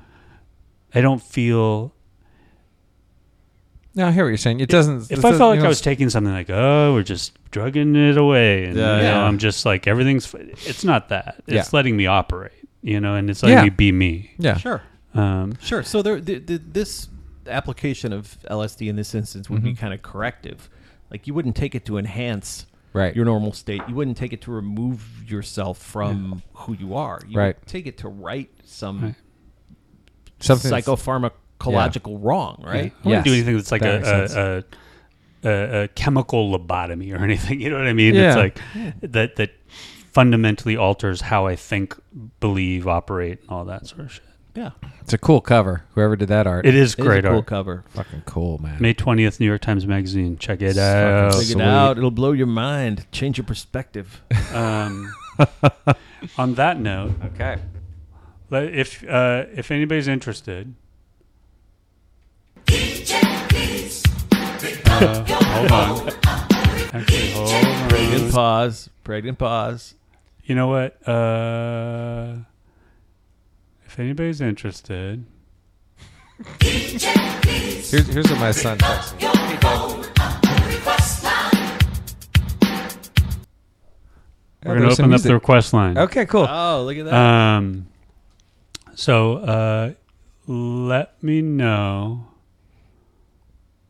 [SPEAKER 5] I don't feel
[SPEAKER 3] No, I hear what you're saying. It doesn't. it
[SPEAKER 5] if I
[SPEAKER 3] doesn't- you
[SPEAKER 5] felt like I
[SPEAKER 3] know,
[SPEAKER 5] was taking something like, oh, we're just drugging it away, and
[SPEAKER 3] Yeah,
[SPEAKER 5] you know,
[SPEAKER 3] yeah.
[SPEAKER 5] I'm just like everything's. f- It's not that. It's
[SPEAKER 3] Yeah.
[SPEAKER 5] letting me operate, you know, and it's letting
[SPEAKER 3] Yeah.
[SPEAKER 5] me be me.
[SPEAKER 3] Yeah.
[SPEAKER 1] Sure,
[SPEAKER 5] Um,
[SPEAKER 1] sure. So there, the, the, this application of LSD in this instance would be kind of corrective. Like you wouldn't take it to enhance
[SPEAKER 3] Right.
[SPEAKER 1] your normal state. You wouldn't take it to remove yourself from who you are. You
[SPEAKER 3] Right.
[SPEAKER 1] would take it to right some
[SPEAKER 3] Something that's-
[SPEAKER 1] psychopharmacological wrong, right?
[SPEAKER 5] I wouldn't do
[SPEAKER 3] Yes.
[SPEAKER 5] anything that's like
[SPEAKER 3] That makes sense.
[SPEAKER 5] a a, a, a a chemical lobotomy or anything. You know what I mean?
[SPEAKER 3] Yeah.
[SPEAKER 5] It's like that that fundamentally alters how I think, believe, operate, and all that sort of shit.
[SPEAKER 1] Yeah.
[SPEAKER 3] It's a cool cover. Whoever did that art.
[SPEAKER 5] It is
[SPEAKER 1] It is
[SPEAKER 5] great
[SPEAKER 1] a cool
[SPEAKER 5] art.
[SPEAKER 1] cover.
[SPEAKER 3] fucking cool, man.
[SPEAKER 5] May twentieth, New York Times Magazine. Check it out.
[SPEAKER 3] fucking
[SPEAKER 1] Check it
[SPEAKER 3] Sweet.
[SPEAKER 1] out. It'll blow your mind, change your perspective.
[SPEAKER 5] Um, on that note,
[SPEAKER 3] Okay.
[SPEAKER 5] le- if uh, if anybody's interested, uh, hold on. Actually, hold
[SPEAKER 1] Pregnant
[SPEAKER 5] on.
[SPEAKER 1] pause. Pregnant pause.
[SPEAKER 5] You know what? Uh, if anybody's interested,
[SPEAKER 3] Here's here's what my son texted me.
[SPEAKER 5] we're gonna open up the request line.
[SPEAKER 3] Okay, cool.
[SPEAKER 1] Oh, look at that.
[SPEAKER 5] Um, so uh, let me know.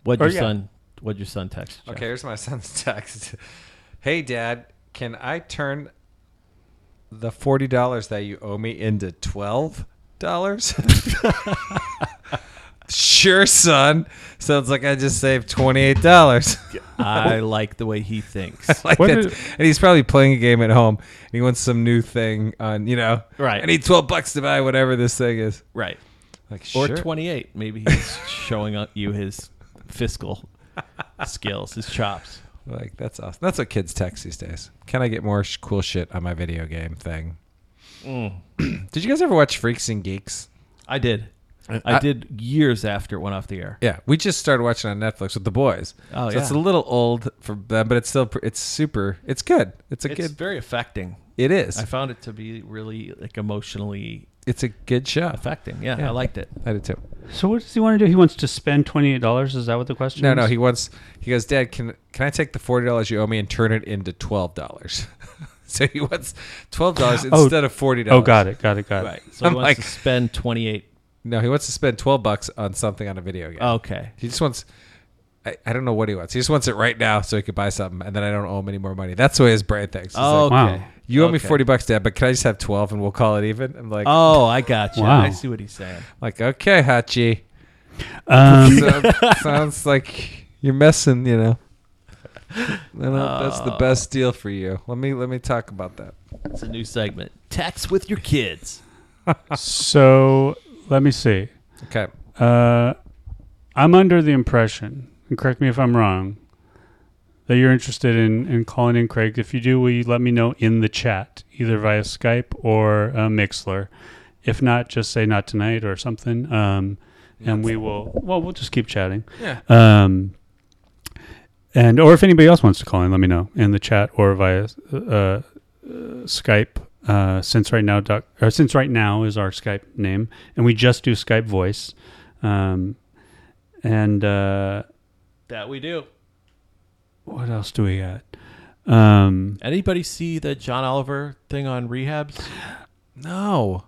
[SPEAKER 1] What'd
[SPEAKER 5] or
[SPEAKER 1] your
[SPEAKER 5] yeah.
[SPEAKER 1] son? What'd your son text? Jeff?
[SPEAKER 3] Okay, here's my son's text. Hey, Dad, can I turn the forty dollars that you owe me into twelve dollars? sure, son. Sounds like I just saved twenty eight dollars.
[SPEAKER 1] I like the way he thinks.
[SPEAKER 3] like
[SPEAKER 5] What
[SPEAKER 3] that's-
[SPEAKER 5] did-
[SPEAKER 3] and he's probably playing a game at home, and he wants some new thing on, you know.
[SPEAKER 1] Right.
[SPEAKER 3] I need twelve bucks to buy whatever this thing is.
[SPEAKER 1] right.
[SPEAKER 3] Like
[SPEAKER 1] Or
[SPEAKER 3] sure.
[SPEAKER 1] 28. Maybe he's showing up you his fiscal skills, his chops.
[SPEAKER 3] Like that's awesome. That's what kids text these days. Can I get more sh- cool shit on my video game thing? Did you guys ever watch Freaks and Geeks?
[SPEAKER 1] I did. I,
[SPEAKER 3] I-
[SPEAKER 1] did years after it went off the air.
[SPEAKER 3] Yeah, we just started watching on Netflix with the boys.
[SPEAKER 1] Oh,
[SPEAKER 3] so it's a
[SPEAKER 1] yeah.
[SPEAKER 3] little old for them, but it's still pr- it's super. It's good. It's a
[SPEAKER 1] It's
[SPEAKER 3] good.
[SPEAKER 1] very affecting.
[SPEAKER 3] It is.
[SPEAKER 1] I found it to be really like emotionally
[SPEAKER 3] it's a good show.
[SPEAKER 1] affecting. Yeah,
[SPEAKER 3] Yeah.
[SPEAKER 1] I liked it.
[SPEAKER 3] I did too.
[SPEAKER 5] So what does he want to do? He wants to spend twenty eight dollars. Is that what the question?
[SPEAKER 3] No,
[SPEAKER 5] is?
[SPEAKER 3] no. He wants. He goes, Dad. Can can I take the forty dollars you owe me and turn it into twelve dollars? so he wants twelve dollars
[SPEAKER 5] Oh.
[SPEAKER 3] instead of forty dollars.
[SPEAKER 5] Oh, got it, got it, got it.
[SPEAKER 1] Right. So
[SPEAKER 3] I'm
[SPEAKER 1] he wants
[SPEAKER 3] like-
[SPEAKER 1] to spend 28.
[SPEAKER 3] No, he wants to spend twelve bucks on something on a video game.
[SPEAKER 1] Okay.
[SPEAKER 3] He just wants. I, I don't know what he wants. He just wants it right now so he could buy something, and then I don't owe him any more money. That's the way his brain thinks. He's
[SPEAKER 1] Oh,
[SPEAKER 3] like,
[SPEAKER 1] okay.
[SPEAKER 5] wow.
[SPEAKER 3] you owe me
[SPEAKER 1] Okay.
[SPEAKER 3] forty bucks, Dad, but can I just have twelve and we'll call it even? I'm like,
[SPEAKER 1] Oh, I got you.
[SPEAKER 5] Wow.
[SPEAKER 1] I see what he's saying.
[SPEAKER 3] like okay, Hachi.
[SPEAKER 5] Um,
[SPEAKER 3] So, sounds like you're messing, you know. I don't- that's
[SPEAKER 1] Oh.
[SPEAKER 3] the best deal for you. Let me let me talk about that.
[SPEAKER 1] It's a new segment. Text with your kids.
[SPEAKER 5] so let me see.
[SPEAKER 3] Okay.
[SPEAKER 5] Uh, I'm under the impression, and correct me if I'm wrong, that you're interested in, in calling in Craig. If you do, will you let me know in the chat, either via Skype or uh, Mixler? If not, just say not tonight or something, um, and we will. Well, we'll just keep chatting.
[SPEAKER 3] Yeah.
[SPEAKER 5] Um, and or if anybody else wants to call in, let me know in the chat or via uh, uh, Skype. Uh, since right now, doc, or since right now is our Skype name, and we just do Skype voice. Um, and uh,
[SPEAKER 1] That we do.
[SPEAKER 5] what else do we got? Um,
[SPEAKER 1] Anybody see the John Oliver thing on rehabs?
[SPEAKER 3] No.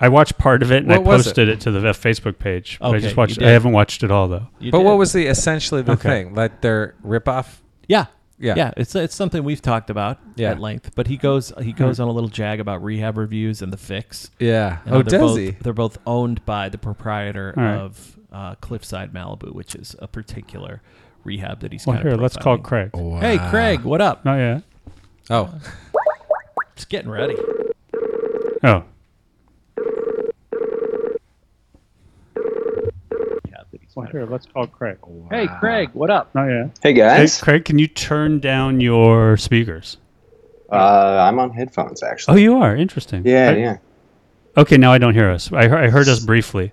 [SPEAKER 5] I watched part of it and I
[SPEAKER 3] What was it?
[SPEAKER 5] posted it? to the F- Facebook page. but I
[SPEAKER 1] Okay,
[SPEAKER 5] just
[SPEAKER 1] you
[SPEAKER 5] watched. I
[SPEAKER 1] did.
[SPEAKER 5] haven't watched it all though.
[SPEAKER 1] You
[SPEAKER 3] but
[SPEAKER 1] did.
[SPEAKER 3] what was the essentially the
[SPEAKER 5] Okay.
[SPEAKER 3] thing? Like their ripoff?
[SPEAKER 1] Yeah.
[SPEAKER 3] Yeah.
[SPEAKER 1] Yeah, it's it's something we've talked about
[SPEAKER 3] Yeah.
[SPEAKER 1] at length. But he goes he goes on a little jag about rehab reviews and the fix.
[SPEAKER 3] Yeah.
[SPEAKER 1] And how
[SPEAKER 3] oh,
[SPEAKER 1] they're
[SPEAKER 3] does he?
[SPEAKER 1] both, They're both owned by the proprietor
[SPEAKER 5] All right.
[SPEAKER 1] of uh, Cliffside Malibu, which is a particular rehab that he's.
[SPEAKER 5] Well,
[SPEAKER 1] kinda
[SPEAKER 5] here, let's call
[SPEAKER 1] profiling.
[SPEAKER 5] Craig.
[SPEAKER 1] Hey, Craig, what up?
[SPEAKER 5] Not yet.
[SPEAKER 3] Oh.
[SPEAKER 1] It's getting ready.
[SPEAKER 5] Oh, well, here, let's call Craig.
[SPEAKER 6] Hey, Craig, what up?
[SPEAKER 5] Not yet.
[SPEAKER 7] Hey
[SPEAKER 5] Hey,
[SPEAKER 7] guys,
[SPEAKER 5] Craig, can you turn down your speakers?
[SPEAKER 7] uh, I'm on headphones
[SPEAKER 5] Oh,
[SPEAKER 7] actually.
[SPEAKER 5] you are. Interesting.
[SPEAKER 7] yeah,
[SPEAKER 5] I-
[SPEAKER 7] yeah.
[SPEAKER 5] Okay, now I don't hear us. I, he- I heard us briefly.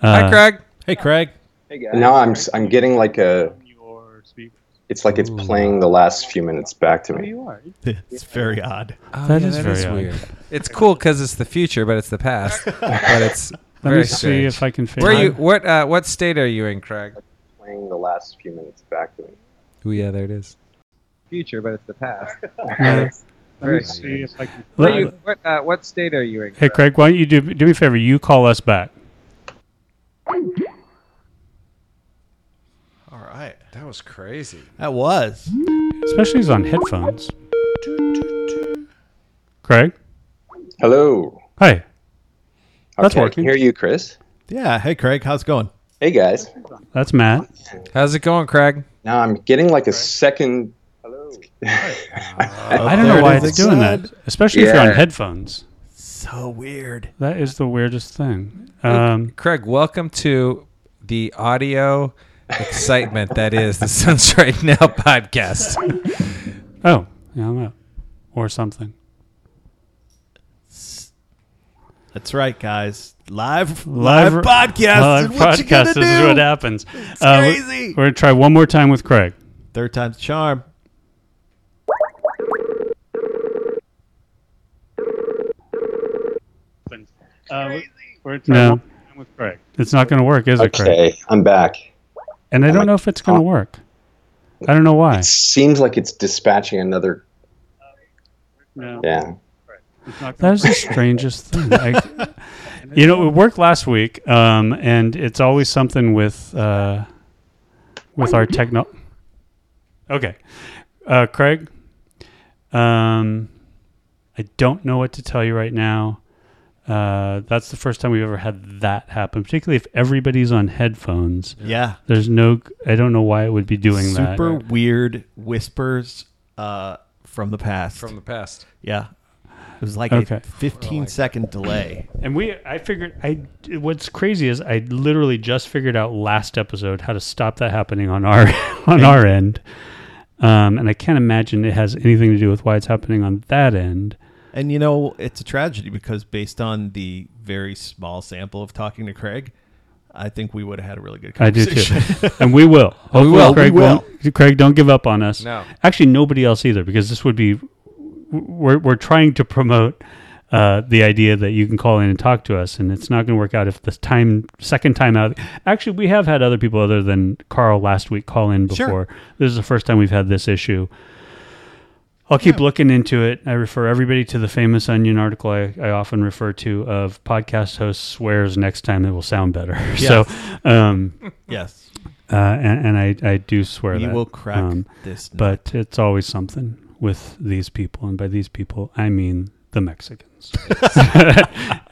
[SPEAKER 5] Uh,
[SPEAKER 3] Hi, Craig.
[SPEAKER 1] Hey, Craig.
[SPEAKER 6] Hey, guys.
[SPEAKER 7] And now I'm s- I'm getting like a
[SPEAKER 5] Your speakers.
[SPEAKER 7] it's like it's playing the last few minutes back to me.
[SPEAKER 6] you are.
[SPEAKER 1] It's very odd.
[SPEAKER 3] Oh,
[SPEAKER 5] That is very odd.
[SPEAKER 3] It's cool because it's the future, but it's the past. but it's
[SPEAKER 5] Let
[SPEAKER 3] very
[SPEAKER 5] me see
[SPEAKER 3] strange.
[SPEAKER 5] if I can figure.
[SPEAKER 3] Where you? What? Uh, what state are you in, Craig?
[SPEAKER 7] Playing the last few minutes back to me.
[SPEAKER 3] Oh yeah, there it is.
[SPEAKER 6] Future, but it's the past.
[SPEAKER 5] Uh,
[SPEAKER 6] Let me
[SPEAKER 5] see if I can.
[SPEAKER 6] Where you, what, uh, what state are you in?
[SPEAKER 5] hey, Craig, why don't you do do me a favor? You call us back.
[SPEAKER 1] All right.
[SPEAKER 3] That was crazy.
[SPEAKER 1] That was.
[SPEAKER 5] Especially he's on headphones. Craig,
[SPEAKER 7] Hello.
[SPEAKER 5] hi. That's
[SPEAKER 7] Okay, I
[SPEAKER 5] working.
[SPEAKER 7] can hear you, Chris.
[SPEAKER 1] Yeah. Hey, Craig. How's it going?
[SPEAKER 7] Hey guys.
[SPEAKER 5] That's Matt.
[SPEAKER 3] How's it going, Craig?
[SPEAKER 7] Now I'm getting like a second.
[SPEAKER 5] I don't
[SPEAKER 1] there
[SPEAKER 5] know
[SPEAKER 1] it
[SPEAKER 5] why
[SPEAKER 1] is
[SPEAKER 5] it's doing that, especially if you're
[SPEAKER 7] Yeah.
[SPEAKER 5] on headphones.
[SPEAKER 1] So weird.
[SPEAKER 5] That is the weirdest thing. Um,
[SPEAKER 3] Craig, welcome to the audio excitement that is the Suns Right Now podcast.
[SPEAKER 5] oh, yeah, I'm out. Or something.
[SPEAKER 1] That's right, guys. Live
[SPEAKER 5] Live-
[SPEAKER 1] live, podcast.
[SPEAKER 5] Live
[SPEAKER 1] is what you gonna
[SPEAKER 5] podcast. This is
[SPEAKER 1] do.
[SPEAKER 5] what happens. Uh, we-
[SPEAKER 1] crazy.
[SPEAKER 5] We're gonna try one more time with Craig.
[SPEAKER 1] Third time's the charm.
[SPEAKER 5] no. with Craig. It's not gonna work, is it, Craig?
[SPEAKER 7] Okay, I'm back.
[SPEAKER 5] And I don't know if it's gonna work. I don't know why.
[SPEAKER 7] Seems like it's dispatching another. Yeah.
[SPEAKER 5] That is the strangest thing. I, you know, it worked last week, um, and it's always something with uh, with our techno. Okay, uh, Craig. Um, I don't know what to tell you right now. Uh, that's the first time we've ever had that happen, particularly if everybody's on headphones.
[SPEAKER 1] Yeah.
[SPEAKER 5] There's no, I don't know why it would be doing that.
[SPEAKER 1] Super weird whispers uh, from the past.
[SPEAKER 3] From the past.
[SPEAKER 1] yeah. It was like
[SPEAKER 5] Okay.
[SPEAKER 1] a 15 second delay.
[SPEAKER 5] And we, I figured, I what's crazy is I literally just figured out last episode how to stop that happening on our on our end, um, and I can't imagine it has anything to do with why it's happening on that end.
[SPEAKER 1] And you know, it's a tragedy because based on the very small sample of talking to Craig, I think we would have had a really good
[SPEAKER 5] I do
[SPEAKER 1] conversation.
[SPEAKER 5] too, and we will. Hopefully,
[SPEAKER 1] will, we
[SPEAKER 5] Craig
[SPEAKER 1] will.
[SPEAKER 5] won't- Craig, don't give up on us.
[SPEAKER 3] No.
[SPEAKER 5] actually, nobody else either, because this would be we're we're trying to promote. Uh, the idea that you can call in and talk to us, and it's not going to work out if the time second time out. Actually, we have had other people other than Carl last week call in
[SPEAKER 1] Sure.
[SPEAKER 5] before. This is the first time we've had this issue. I'll keep looking into it. I refer everybody to the famous Onion article I, I often refer to of podcast host swears next time it will sound better. So, um,
[SPEAKER 1] Yes,
[SPEAKER 5] uh, and, and I, I do swear
[SPEAKER 1] we
[SPEAKER 5] that.
[SPEAKER 1] will crack
[SPEAKER 5] Um,
[SPEAKER 1] this. nut.
[SPEAKER 5] but it's always something with these people. And by these people, I mean the Mexicans.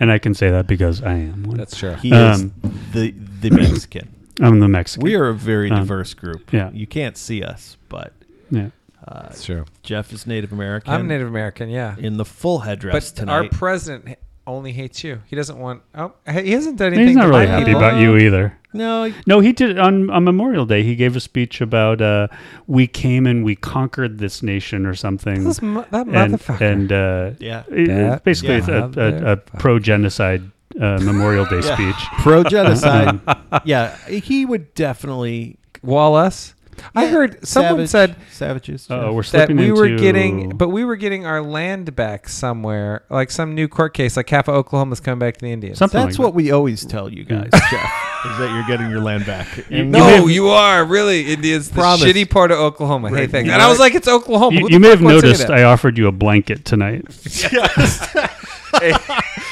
[SPEAKER 5] and I can say that because I am one.
[SPEAKER 3] That's true.
[SPEAKER 1] he
[SPEAKER 5] um,
[SPEAKER 1] is the the Mexican.
[SPEAKER 5] I'm the Mexican.
[SPEAKER 1] We are a very
[SPEAKER 5] Um,
[SPEAKER 1] diverse group.
[SPEAKER 5] yeah.
[SPEAKER 1] you can't see us, but
[SPEAKER 5] Yeah.
[SPEAKER 3] That's true.
[SPEAKER 1] Jeff is Native American.
[SPEAKER 3] I'm Native American, yeah.
[SPEAKER 1] in the full headdress
[SPEAKER 3] But our
[SPEAKER 1] tonight.
[SPEAKER 3] president h- only hates you. He doesn't want. Oh, he hasn't done anything.
[SPEAKER 5] He's not
[SPEAKER 3] to
[SPEAKER 5] really
[SPEAKER 3] my
[SPEAKER 5] happy
[SPEAKER 3] people.
[SPEAKER 5] about you either.
[SPEAKER 1] no,
[SPEAKER 5] No, he did on, on Memorial Day. He gave a speech about uh, we came and we conquered this nation or something.
[SPEAKER 3] This mo- that
[SPEAKER 5] and
[SPEAKER 3] motherfucker.
[SPEAKER 5] and uh,
[SPEAKER 1] Yeah.
[SPEAKER 5] it- it's
[SPEAKER 3] That
[SPEAKER 5] basically
[SPEAKER 3] yeah.
[SPEAKER 5] a, a, a pro genocide uh, Memorial Day speech.
[SPEAKER 1] pro genocide. yeah, he would definitely.
[SPEAKER 3] Wallace. I heard someone said
[SPEAKER 1] savage- savages.
[SPEAKER 5] Oh, we're
[SPEAKER 1] Jeff.
[SPEAKER 5] slipping
[SPEAKER 3] that we
[SPEAKER 5] into
[SPEAKER 3] were getting, but we were getting our land back somewhere, like some new court case, like half of Oklahoma's coming back to the Indians.
[SPEAKER 5] something
[SPEAKER 1] That's
[SPEAKER 5] like
[SPEAKER 1] what we always tell you guys, Jeff, is that you're getting your land back. And
[SPEAKER 5] You may
[SPEAKER 3] no,
[SPEAKER 5] have-
[SPEAKER 3] you are really Indians, the
[SPEAKER 1] Promise.
[SPEAKER 3] shitty part of Oklahoma. Hey,
[SPEAKER 1] Right.
[SPEAKER 3] thanks.
[SPEAKER 1] You
[SPEAKER 3] And I
[SPEAKER 1] know
[SPEAKER 3] was
[SPEAKER 1] what?
[SPEAKER 3] like, it's Oklahoma.
[SPEAKER 5] that.
[SPEAKER 3] Who
[SPEAKER 5] You,
[SPEAKER 3] the
[SPEAKER 5] you may
[SPEAKER 3] fuck
[SPEAKER 5] have
[SPEAKER 3] would say
[SPEAKER 5] noticed
[SPEAKER 3] that?
[SPEAKER 5] I offered you a blanket tonight.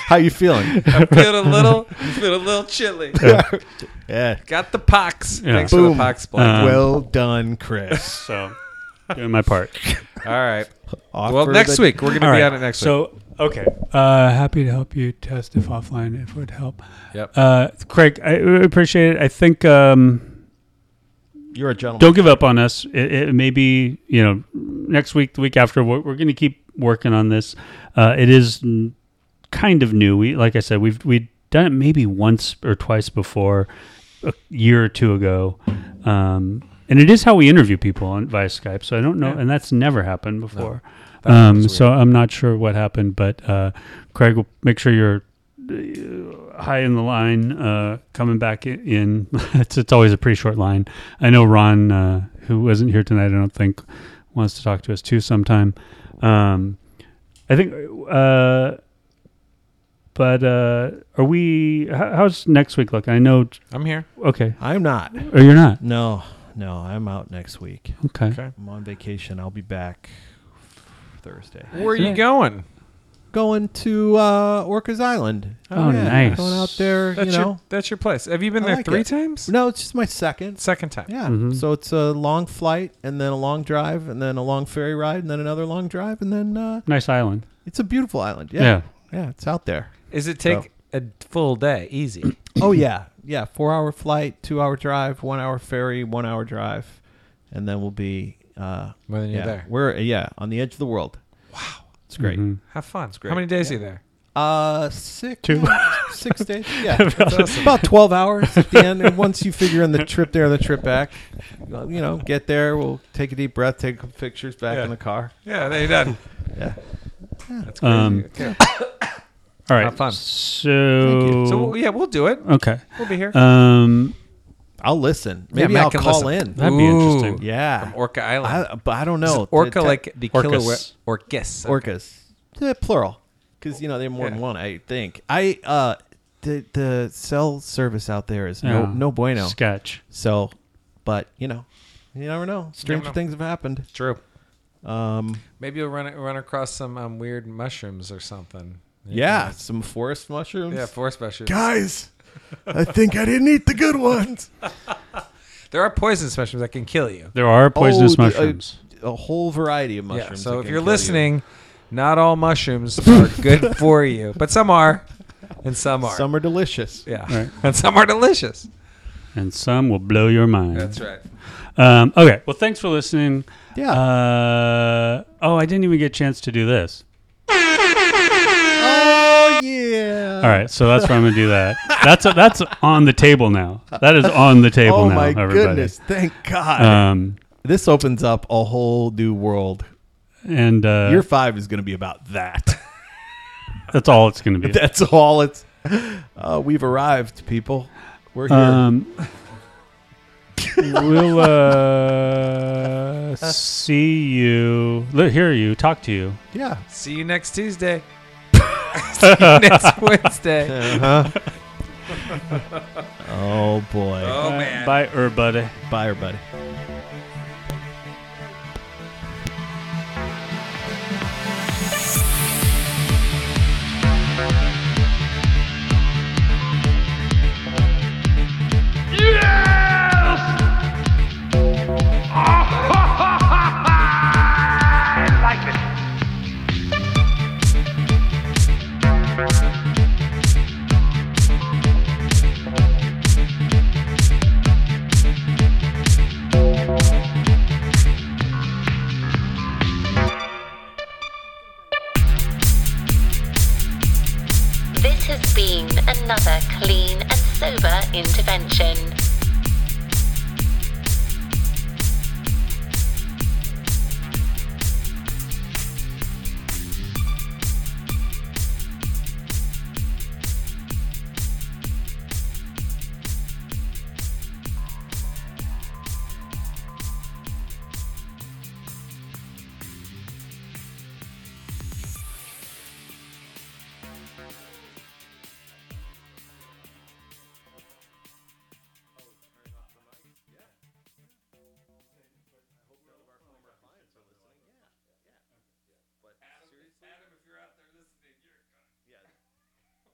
[SPEAKER 1] How you feeling?
[SPEAKER 3] feel a little, feel a little chilly.
[SPEAKER 1] yeah.
[SPEAKER 3] Got the pox.
[SPEAKER 5] Yeah.
[SPEAKER 3] Thanks for
[SPEAKER 1] Boom. Uh-huh.
[SPEAKER 3] the pox,
[SPEAKER 5] Uh,
[SPEAKER 3] Black.
[SPEAKER 1] well done, Chris.
[SPEAKER 5] So, doing my part.
[SPEAKER 3] All right. Well,
[SPEAKER 1] Offer
[SPEAKER 3] next
[SPEAKER 1] the-
[SPEAKER 3] week we're gonna be on it next week.
[SPEAKER 5] So, okay. Uh, happy to help you test if offline, if it would help.
[SPEAKER 3] Yep.
[SPEAKER 5] Uh, Craig, I I appreciate it. I think. Um,
[SPEAKER 1] You're a gentleman.
[SPEAKER 5] don't give up on us. It, it may be, you know, next week, the week after, we're, we're going to keep working on this. Uh, it is n- kind of new. We, like I said, we've we've done it maybe once or twice before, a year or two ago, um, and it is how we interview people on via Skype. So I don't know, and that's never happened before. um, so I'm not sure what happened, but uh, Craig, will make sure you're high in the line, uh, coming back i- in. it's, it's always a pretty short line. I know Ron, uh, who wasn't here tonight, I don't think, wants to talk to us too sometime. Um, I think, uh, but uh, are we? How, how's next week looking? I know.
[SPEAKER 3] I'm here.
[SPEAKER 5] Okay,
[SPEAKER 1] I'm not.
[SPEAKER 5] or you're not.
[SPEAKER 1] No, no, I'm out next week.
[SPEAKER 5] Okay.
[SPEAKER 1] I'm on vacation. I'll be back Thursday.
[SPEAKER 3] Where are you going?
[SPEAKER 1] Going to uh, Orcas Island.
[SPEAKER 5] Oh, nice.
[SPEAKER 1] Going out there,
[SPEAKER 3] That's
[SPEAKER 1] you know.
[SPEAKER 3] your that's your place. Have you been
[SPEAKER 1] I
[SPEAKER 3] there
[SPEAKER 1] like
[SPEAKER 3] three
[SPEAKER 1] it.
[SPEAKER 3] times?
[SPEAKER 1] No, it's just my second.
[SPEAKER 3] Second time.
[SPEAKER 1] Yeah.
[SPEAKER 5] Mhm.
[SPEAKER 1] So it's a long flight and then a long drive and then a long ferry ride and then another long drive and then uh,
[SPEAKER 5] Nice island.
[SPEAKER 1] it's a beautiful island. Yeah.
[SPEAKER 5] Yeah.
[SPEAKER 1] Yeah, it's out there.
[SPEAKER 3] Is it take a full day? Easy.
[SPEAKER 1] Oh yeah. Yeah, 4-hour flight, 2-hour drive, 1-hour ferry, 1-hour drive and then we'll be uh
[SPEAKER 3] More than you're
[SPEAKER 1] yeah,
[SPEAKER 3] there.
[SPEAKER 1] We're yeah, on the edge of the world. Wow. It's great.
[SPEAKER 5] Mhm.
[SPEAKER 3] Have fun. How many days are you there?
[SPEAKER 1] Uh, six, six days. Yeah, about twelve hours at the end. And once you figure in the trip there and the trip back, well, you know, get there. We'll take a deep breath, take some pictures back in the car.
[SPEAKER 3] Yeah, they done.
[SPEAKER 1] Yeah.
[SPEAKER 3] That's crazy.
[SPEAKER 5] Um,
[SPEAKER 3] Okay.
[SPEAKER 5] All right.
[SPEAKER 3] Have fun.
[SPEAKER 5] So.
[SPEAKER 3] So yeah, we'll do it.
[SPEAKER 5] okay.
[SPEAKER 3] We'll be here.
[SPEAKER 5] Um,
[SPEAKER 1] I'll listen. Uh, Maybe
[SPEAKER 3] Matt
[SPEAKER 1] I'll
[SPEAKER 3] can
[SPEAKER 1] call
[SPEAKER 3] listen.
[SPEAKER 1] in.
[SPEAKER 5] that'd be interesting.
[SPEAKER 1] Yeah,
[SPEAKER 3] From Orca Island.
[SPEAKER 1] I, but I don't
[SPEAKER 3] Is
[SPEAKER 1] know.
[SPEAKER 3] orca
[SPEAKER 1] They-
[SPEAKER 3] like the
[SPEAKER 5] Orcas.
[SPEAKER 3] killer whale- orcas.
[SPEAKER 1] orcas, Eh, plural, because you know they're more than
[SPEAKER 3] Yeah.
[SPEAKER 1] one. I think. I uh, the the cell service out there is no
[SPEAKER 5] Yeah.
[SPEAKER 1] no bueno.
[SPEAKER 5] ah, Sketch.
[SPEAKER 1] So, but you know, you never know. Stranger
[SPEAKER 3] know.
[SPEAKER 1] things have happened.
[SPEAKER 3] True.
[SPEAKER 1] Um.
[SPEAKER 3] Maybe you'll run run across some um, weird mushrooms or something.
[SPEAKER 1] Yeah, some forest mushrooms.
[SPEAKER 3] Yeah, forest mushrooms.
[SPEAKER 1] Guys, I think I didn't eat the good ones.
[SPEAKER 3] There are poisonous mushrooms that can kill you.
[SPEAKER 5] There are poisonous
[SPEAKER 1] Oh, the- uh,
[SPEAKER 5] mushrooms.
[SPEAKER 1] A whole variety of mushrooms.
[SPEAKER 3] Yeah.
[SPEAKER 1] that
[SPEAKER 3] So if
[SPEAKER 1] can
[SPEAKER 3] you're
[SPEAKER 1] kill you.
[SPEAKER 3] listening, not all mushrooms are good for you, but some are, and some are.
[SPEAKER 1] some are delicious.
[SPEAKER 3] yeah.
[SPEAKER 5] Right.
[SPEAKER 3] And some are delicious.
[SPEAKER 5] and some will blow your mind.
[SPEAKER 3] That's right.
[SPEAKER 5] Um, okay. Well, thanks for listening.
[SPEAKER 1] Yeah.
[SPEAKER 5] Uh, oh, I didn't even get a chance to do this.
[SPEAKER 1] oh yeah.
[SPEAKER 5] All right, so that's where I'm gonna do that. That's that's on the table now. That is on the table
[SPEAKER 1] Oh
[SPEAKER 5] now,
[SPEAKER 1] my
[SPEAKER 5] everybody.
[SPEAKER 1] goodness! Thank God.
[SPEAKER 5] Um,
[SPEAKER 1] this opens up a whole new world.
[SPEAKER 5] and uh,
[SPEAKER 1] Year five is going to be about that.
[SPEAKER 5] that's all it's gonna be.
[SPEAKER 1] That's all. It's uh, we've arrived, people. We're here.
[SPEAKER 5] Um, we'll uh, see you, li- hear you, talk to you.
[SPEAKER 1] yeah.
[SPEAKER 3] See you next Tuesday. See you next Wednesday.
[SPEAKER 1] Uh huh. oh boy.
[SPEAKER 3] Oh man.
[SPEAKER 5] Bye, er, everybody.
[SPEAKER 1] Bye, everybody.
[SPEAKER 2] has been another clean and sober intervention.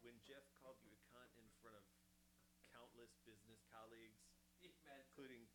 [SPEAKER 1] when Jeff called you a cunt in front of countless business colleagues, including